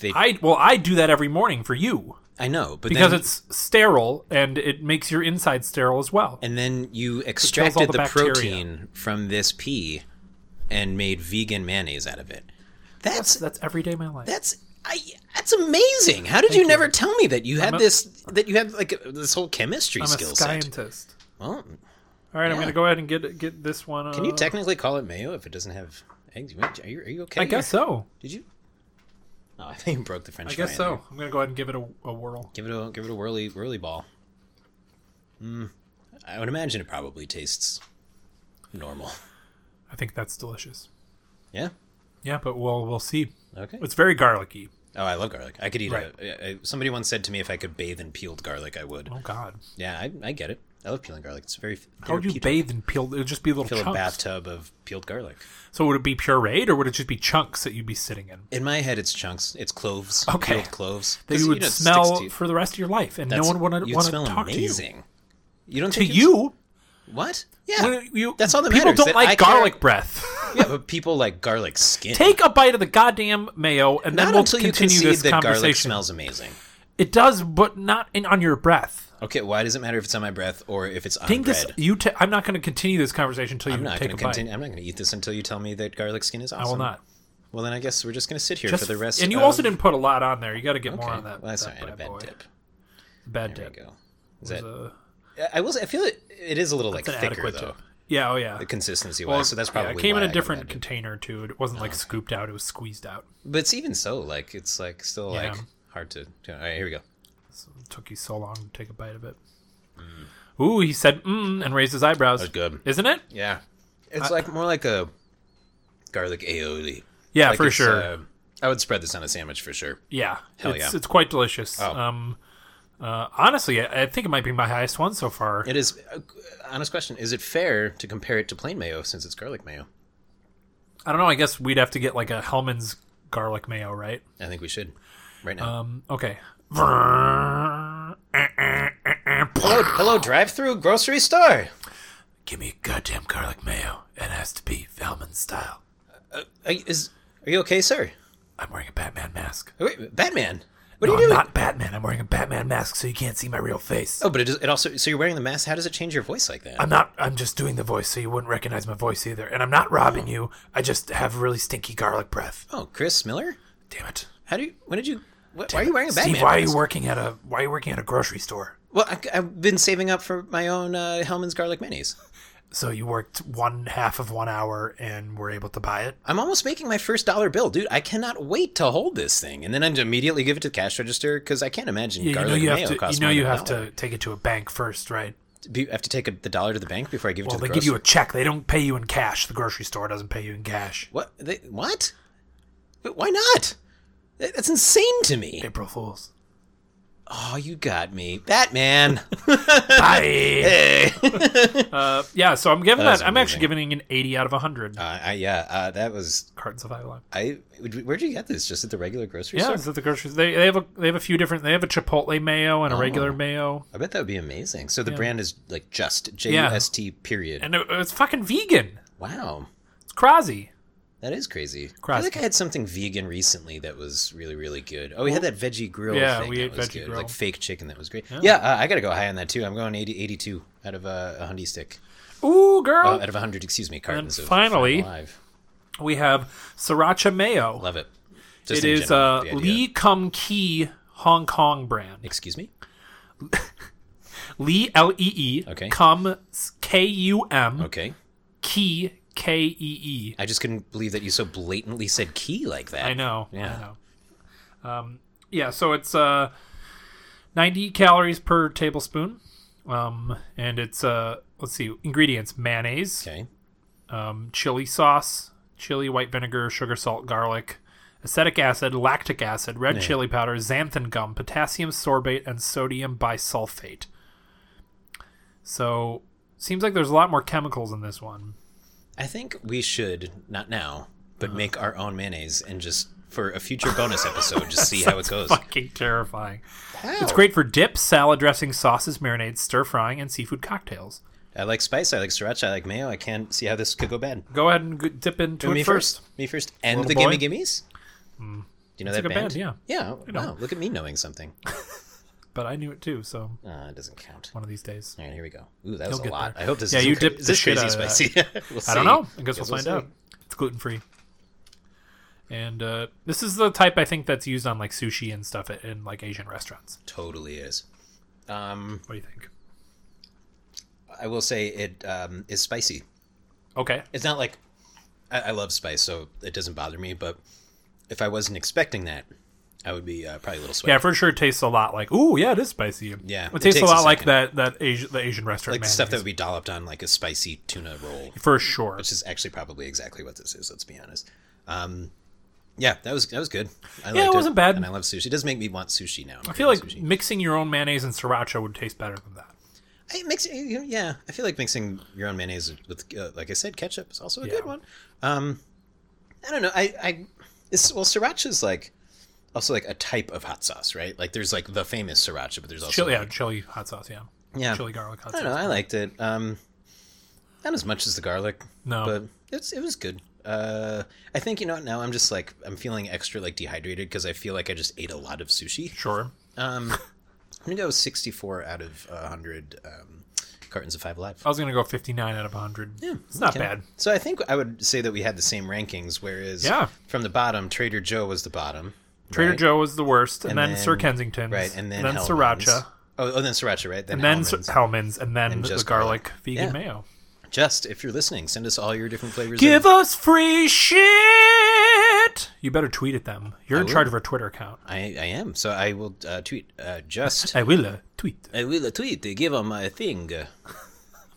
They, I, I well, I do that every morning for you know, but because then, it's sterile and it makes your inside sterile as well. and then you all extracted the the, bacteria. protein from this pea and made vegan mayonnaise out of it. That's So that's every day of my life. That's I. That's amazing. How did you, never tell me that you had a- this? That you had like this whole chemistry I'm a skill set. scientist. Well, All right, I'm Yeah. gonna go ahead and get get this one. Uh, can you technically call it mayo if it doesn't have eggs? Are you, are you okay? I guess so. Did you? Oh, I think you broke the French. I guess fry in so. there. I'm gonna go ahead and give it a, a whirl. Give it a give it a whirly whirly ball. Mm, I would imagine it probably tastes normal. I think that's delicious. Yeah. Yeah, but we'll we'll see. Okay. It's very garlicky. Oh, I love garlic. I could eat Right. it. somebody once said to me if I could bathe in peeled garlic, I would. Oh God, Yeah, I, I get it. I love peeling garlic. It's very. how would you therapeutic. bathe and peel? It'd just be little fill a chunks. bathtub of peeled garlic. So would it be pureed or would it just be chunks that you'd be sitting in? In my head, it's chunks. It's cloves. Okay. Peeled cloves. That 'Cause, you would know, it sticks smell to you. for the rest of your life, and no That's- one would you'd want to smell talk to you. amazing. You. don't To think you, What? Yeah. When you- That's all that people matters, don't that like I care- garlic breath. Yeah, but people like garlic skin. Take a bite of the goddamn mayo, and Not then we'll until you continue concede this that garlic conversation. smells amazing. It does, but not in, on your breath. Okay, why does it matter if it's on my breath or if it's on Think bread? this. You. T- I'm not going to continue this conversation until you I'm not take going a to bite. continue. I'm not going to eat this until you tell me that garlic skin is awesome. I will not. Well, then I guess we're just going to sit here Just for the rest. and you of... also didn't put a lot on there. You got to get more Okay, on that. well, that's that all right. A bad bad boy. dip. Bad There dip. we go. Is that? Uh, I will. Say, I feel it. It is a little like an thicker adequate though. dip. Yeah. Oh yeah. consistency wise. Well, so that's yeah, probably it came why in I a got Oh. different that. container too. It wasn't like scooped out. It was squeezed out. But it's even so, like it's like still Yeah. like hard to. All right, here we go. So it took you so long to take a bite of it. Ooh, he said mm and raised his eyebrows. That's good. Isn't it? Yeah, it's like more like a garlic aioli. Yeah, Like, for it's, sure. uh, I would spread this on a sandwich for sure. yeah. hell it's, yeah. it's quite delicious. Oh. Um uh, honestly, I, I think it might be my highest one so far. It is. Uh, honest question: Is it fair to compare it to plain mayo since it's garlic mayo? I don't know. I guess we'd have to get like a Hellman's garlic mayo, right? I think we should. Right now. Um, okay. hello, hello, drive-through grocery store. Give me goddamn garlic mayo. It has to be Hellman style. Are, you- is are you okay, sir? I'm wearing a Batman mask. Wait, Batman. What No, are you I'm doing? not Batman. I'm wearing a Batman mask, so you can't see my real face. Oh, but it, is, it also. So you're wearing the mask. How does it change your voice like that? I'm not. I'm just doing the voice, so you wouldn't recognize my voice either. And I'm not robbing you. I just have really stinky garlic breath. oh, Chris Miller. Damn it, How do you? When did you? What, why are you wearing a Batman? Steve. Why are you mask? working at a Why are you working at a grocery store? Well, I, have been saving up for my own uh, Hellman's garlic minis. So you worked one half of one hour and were able to buy it. I'm almost making my first dollar bill, dude. I cannot wait to hold this thing, and then I immediately give it to the cash register because I can't imagine Yeah, you know garlic you have and mayo to. You costs know more you than a have dollar. to take it to a bank first, right? Be- I have to take a, the dollar to the bank before I give it Well, to they the grocery. give you a check. They don't pay you in cash. The grocery store doesn't pay you in cash. what? They, what? But why not? That- That's insane to me. April Fools. Oh, you got me, Batman. Bye. hey. Uh, yeah, so I'm giving That that. was I'm actually amazing. giving it an 80 out of 100 Uh, I, yeah, uh, that was cartons of Iolon. I. Where'd you get this? Just at the regular grocery Yeah, store? it's at the grocery. They, they have a they have a few different. They have a Chipotle mayo Oh. and a regular mayo, I bet that would be amazing. So the brand is like just J U Yeah. S T period. and it, it's fucking vegan. wow, It's crazy. that is crazy. I Crust. think I had something vegan recently that was really really good. Oh, we had that veggie grill. Yeah, thing we that ate was veggie good. grill. like fake chicken that was great. Yeah, uh, I gotta go high on that too. I'm going 80, 82 out of uh, a hundy stick. Ooh, girl. Uh, out of a hundred, excuse me, cartons. of Oh. finally- Farm Live. we have sriracha mayo. love it. Just It in is general, a the idea. Lee Kum Kee Hong Kong brand. Excuse me. Lee L E E. Okay. Kum K U M Okay, Kee K E E. I just couldn't believe that you so blatantly said key like that. I know. Yeah. I know. Um, yeah. So it's uh, 90 calories per tablespoon. Um, and it's uh, let's see, ingredients: mayonnaise, Okay. um, chili sauce, chili, white vinegar, sugar, salt, garlic, acetic acid, lactic acid, red chili powder, xanthan gum, potassium sorbate, and sodium bisulfate. So seems like there's a lot more chemicals in this one. I think we should not now, but Uh-huh. make our own mayonnaise and just for a future bonus episode, just see how it goes. Fucking terrifying. It's It's great for dips, salad dressing, sauces, marinades, stir frying, and seafood cocktails. I like spice. I like sriracha. I like mayo. I can't see how this could go bad. Go ahead and g- dip into me it first. Me first. And Little the boy. Mm. gimme gimmies. Do you know It's like that a band? band, yeah. Yeah. Wow. Look at me knowing something. But I knew it too, so Uh, it doesn't count. All one of these days. right, here we go. Ooh, that was a get lot. there. I hope this. Yeah, isn't you cra- dipped is the this shit out crazy of that. spicy. We'll I don't see. know. I guess, we'll, see. find out. It's gluten free. And uh, this is the type I think that's used on like sushi and stuff at, in like Asian restaurants. Totally is. Um, What do you think? I will say it um, is spicy. Okay. it's not like I, I love spice, so it doesn't bother me. But if I wasn't expecting that, I would be uh, probably a little sweaty. Yeah, for sure. It tastes a lot like. Ooh, yeah, it is spicy. Yeah, it, it tastes a takes a lot like that second. that Asian the Asian restaurant. like the stuff that mayonnaise. would be dolloped on like a spicy tuna roll, for sure. which is actually probably exactly what this is. Let's be honest. Um, yeah, that was that was good. I Yeah, it liked wasn't bad. and I love sushi. It does make me want sushi now. I feel like sushi. mixing your own mayonnaise and sriracha would taste better than that. I mix, yeah, I feel like mixing your own mayonnaise with, uh, like I said, ketchup is also a good one. Um, I don't know. I, I, it's, well, sriracha is like also like a type of hot sauce, right? Like there's like the famous sriracha, but there's also Chili, yeah, chili hot sauce. Yeah. yeah, Chili garlic hot I sauce. don't know. I liked it. Um, not as much as the garlic. No. but it's it was good. Uh, I think you know what, now I'm just like I'm feeling extra like dehydrated because I feel like I just ate a lot of sushi. Sure. Um, I'm gonna go 64 out of uh, 100 um, cartons of Five Alive. I was gonna go 59 out of 100. Yeah, Hmm, it's not Okay. bad. So I think I would say that we had the same rankings, whereas Yeah. from the bottom, Trader Joe was the bottom. Trader right? Joe was the worst, and, And then, then- Sir Kensington's, Right, and then, Hellman's. sriracha, Oh, oh, then sriracha, right? Then, and then Hellman's, Hellman's. Hellman's and then And the just garlic garlic. vegan Yeah. mayo. Just if you're listening, send us all your different flavors. Give of- us free shit. You better tweet at them. You're in will. charge of our Twitter account. I, I am. So I will uh, tweet. Uh, just I will uh, tweet. I will tweet. Give them a thing. Uh,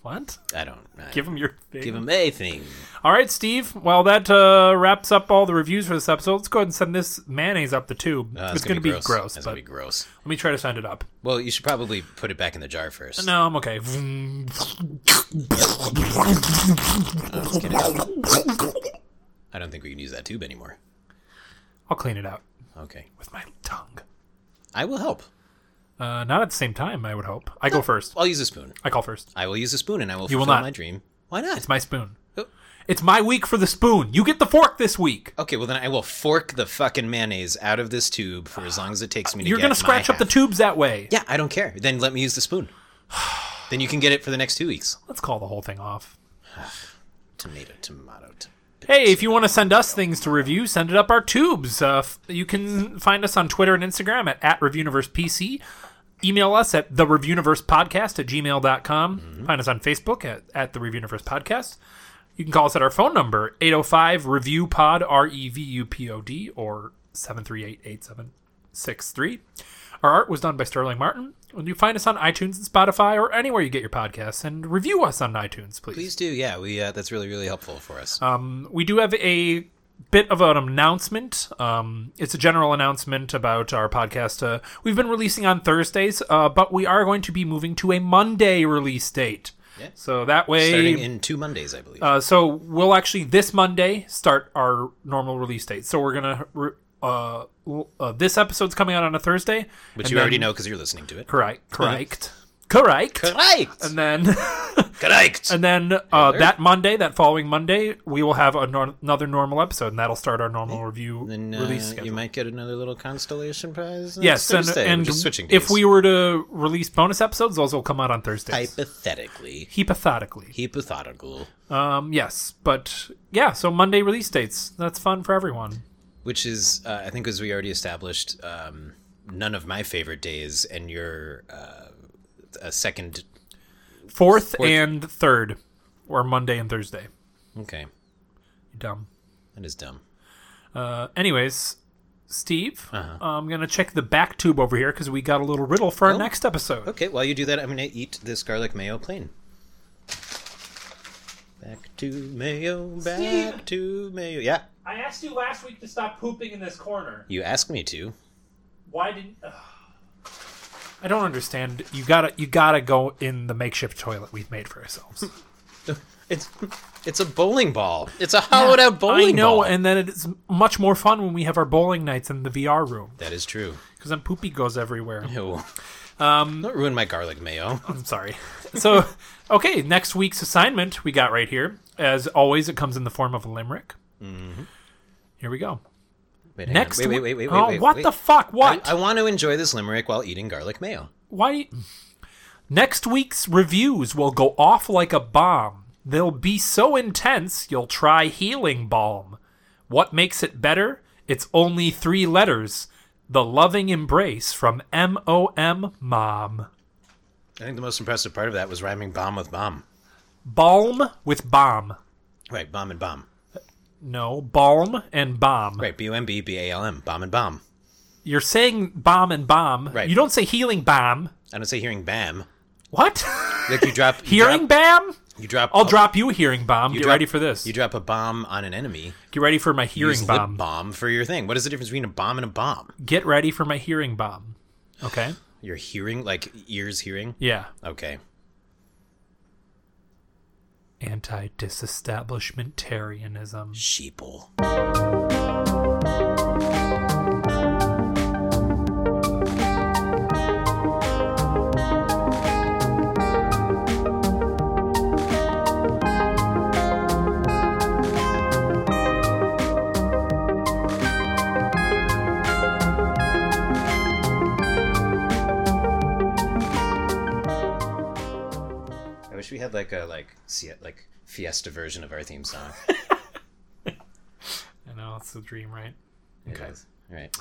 What? I don't. I Give them your thing. give them a thing. Oh, All right, Steve. Well, that uh, wraps up all the reviews for this episode. Let's go ahead and send this mayonnaise up the tube. Uh, it's going to be gross, That's but gonna be gross. let me try to send it up. Well, you should probably put it back in the jar first. No, I'm okay. I don't think we can use that tube anymore. I'll clean it out Okay, with my tongue. I will help. Uh, not at the same time, I would hope. I go first. I'll use a spoon. I call first. I will use a spoon, and I will You will fulfill not. my dream. Why not? It's my spoon. Oh. It's my week for the spoon. You get the fork this week. Okay, well then I will fork the fucking mayonnaise out of this tube for as long as it takes me to You're get gonna scratch my up the half. tubes that way. Yeah, I don't care. Then let me use the spoon. then you can get it for the next two weeks. Let's call the whole thing off. Tomato, tomato. t- Hey, if you want to send us things to review, send it up our tubes. Uh, f- you can find us on Twitter and Instagram at, at ReviewUniversePC. Email us at the podcast at gmail.com. Find us on Facebook at, at the Reviewniverse Podcast. You can call us at our phone number, 805 Review Pod, R E V U P O D, or 738 8763. Our art was done by Sterling Martin. And you find us on iTunes and Spotify or anywhere you get your podcasts, and review us on iTunes, Please do. Yeah, we uh, that's really really helpful for us. Uh, we do have a bit of an announcement. Um, it's a general announcement about our podcast. Uh, we've been releasing on Thursdays, uh, but we are going to be moving to a Monday release date. Yeah. So that way, Starting in two Mondays, I believe. uh, so we'll actually this Monday start our normal release date. So we're gonna. Re- uh, l- uh, this episode's coming out on a Thursday, but and you then- already know because you're listening to it. Correct, correct, correct, Correct. and then Correct. And then uh, that Monday, that following Monday, we will have a nor- another normal episode, and that'll start our normal review Then uh, release schedule. you might get another little constellation prize. next yes, and, Thursday. We're and just switching if days. we were to release bonus episodes, those will come out on Thursdays. hypothetically, Hypothetically. hypothetical, Um, yes, but yeah, so Monday release dates. That's fun for everyone. which is uh, I think as we already established, um, none of my favorite days, and your uh, a second. Fourth, Fourth. and third, or Monday and Thursday. Okay, Dumb. that is dumb. Uh, anyways, Steve, Uh-huh. I'm going to check the back tube over here because we got a little riddle Oh. for our next episode. Okay, while you do that, I'm gonna eat this garlic mayo plain. Back to mayo, back Steve. to mayo. Yeah, I asked you last week to stop pooping in this corner. you asked me to. Why didn't? I don't understand. You gotta, you gotta go in the makeshift toilet we've made for ourselves. It's it's a bowling ball. It's a hollowed out bowling I know, ball. and then it's much more fun when we have our bowling nights in the VR room that is true. because then poopy goes everywhere. No. Um, Don't ruin my garlic mayo. I'm sorry. So, okay, next week's assignment we got right here. As always, it comes in the form of a limerick. Here we go. Wait, hang Mm-hmm. on. Next, wait, wait, we- wait, wait, wait, oh, wait, what wait. the fuck? I, What? I want to enjoy this limerick while eating garlic mayo. Why? Next week's reviews will go off like a bomb. They'll be so intense, you'll try healing balm. What makes it better? It's only three letters. The loving embrace from M O M Mom. I think the most impressive part of that was rhyming bomb with bomb. Balm with bomb. Right, bomb and bomb. No, balm and bomb. Right, B O M B B A L M, bomb and bomb. You're saying bomb and bomb. Right. You don't say healing bomb. I don't say hearing bam. What? Like you drop you hearing drop- bam? You drop. I'll a- drop you a hearing bomb. Get drop- ready for this. You drop a bomb on an enemy. Get ready for my hearing Use lip bomb. bomb for your thing. What is the difference between a bomb and a bomb? get ready for my hearing bomb. Okay. Your hearing, like ears hearing. Yeah. Okay. Anti disestablishmentarianism. Sheeple. I wish we had like a like see like fiesta version of our theme song. I know it's a dream, right? Okay. All right.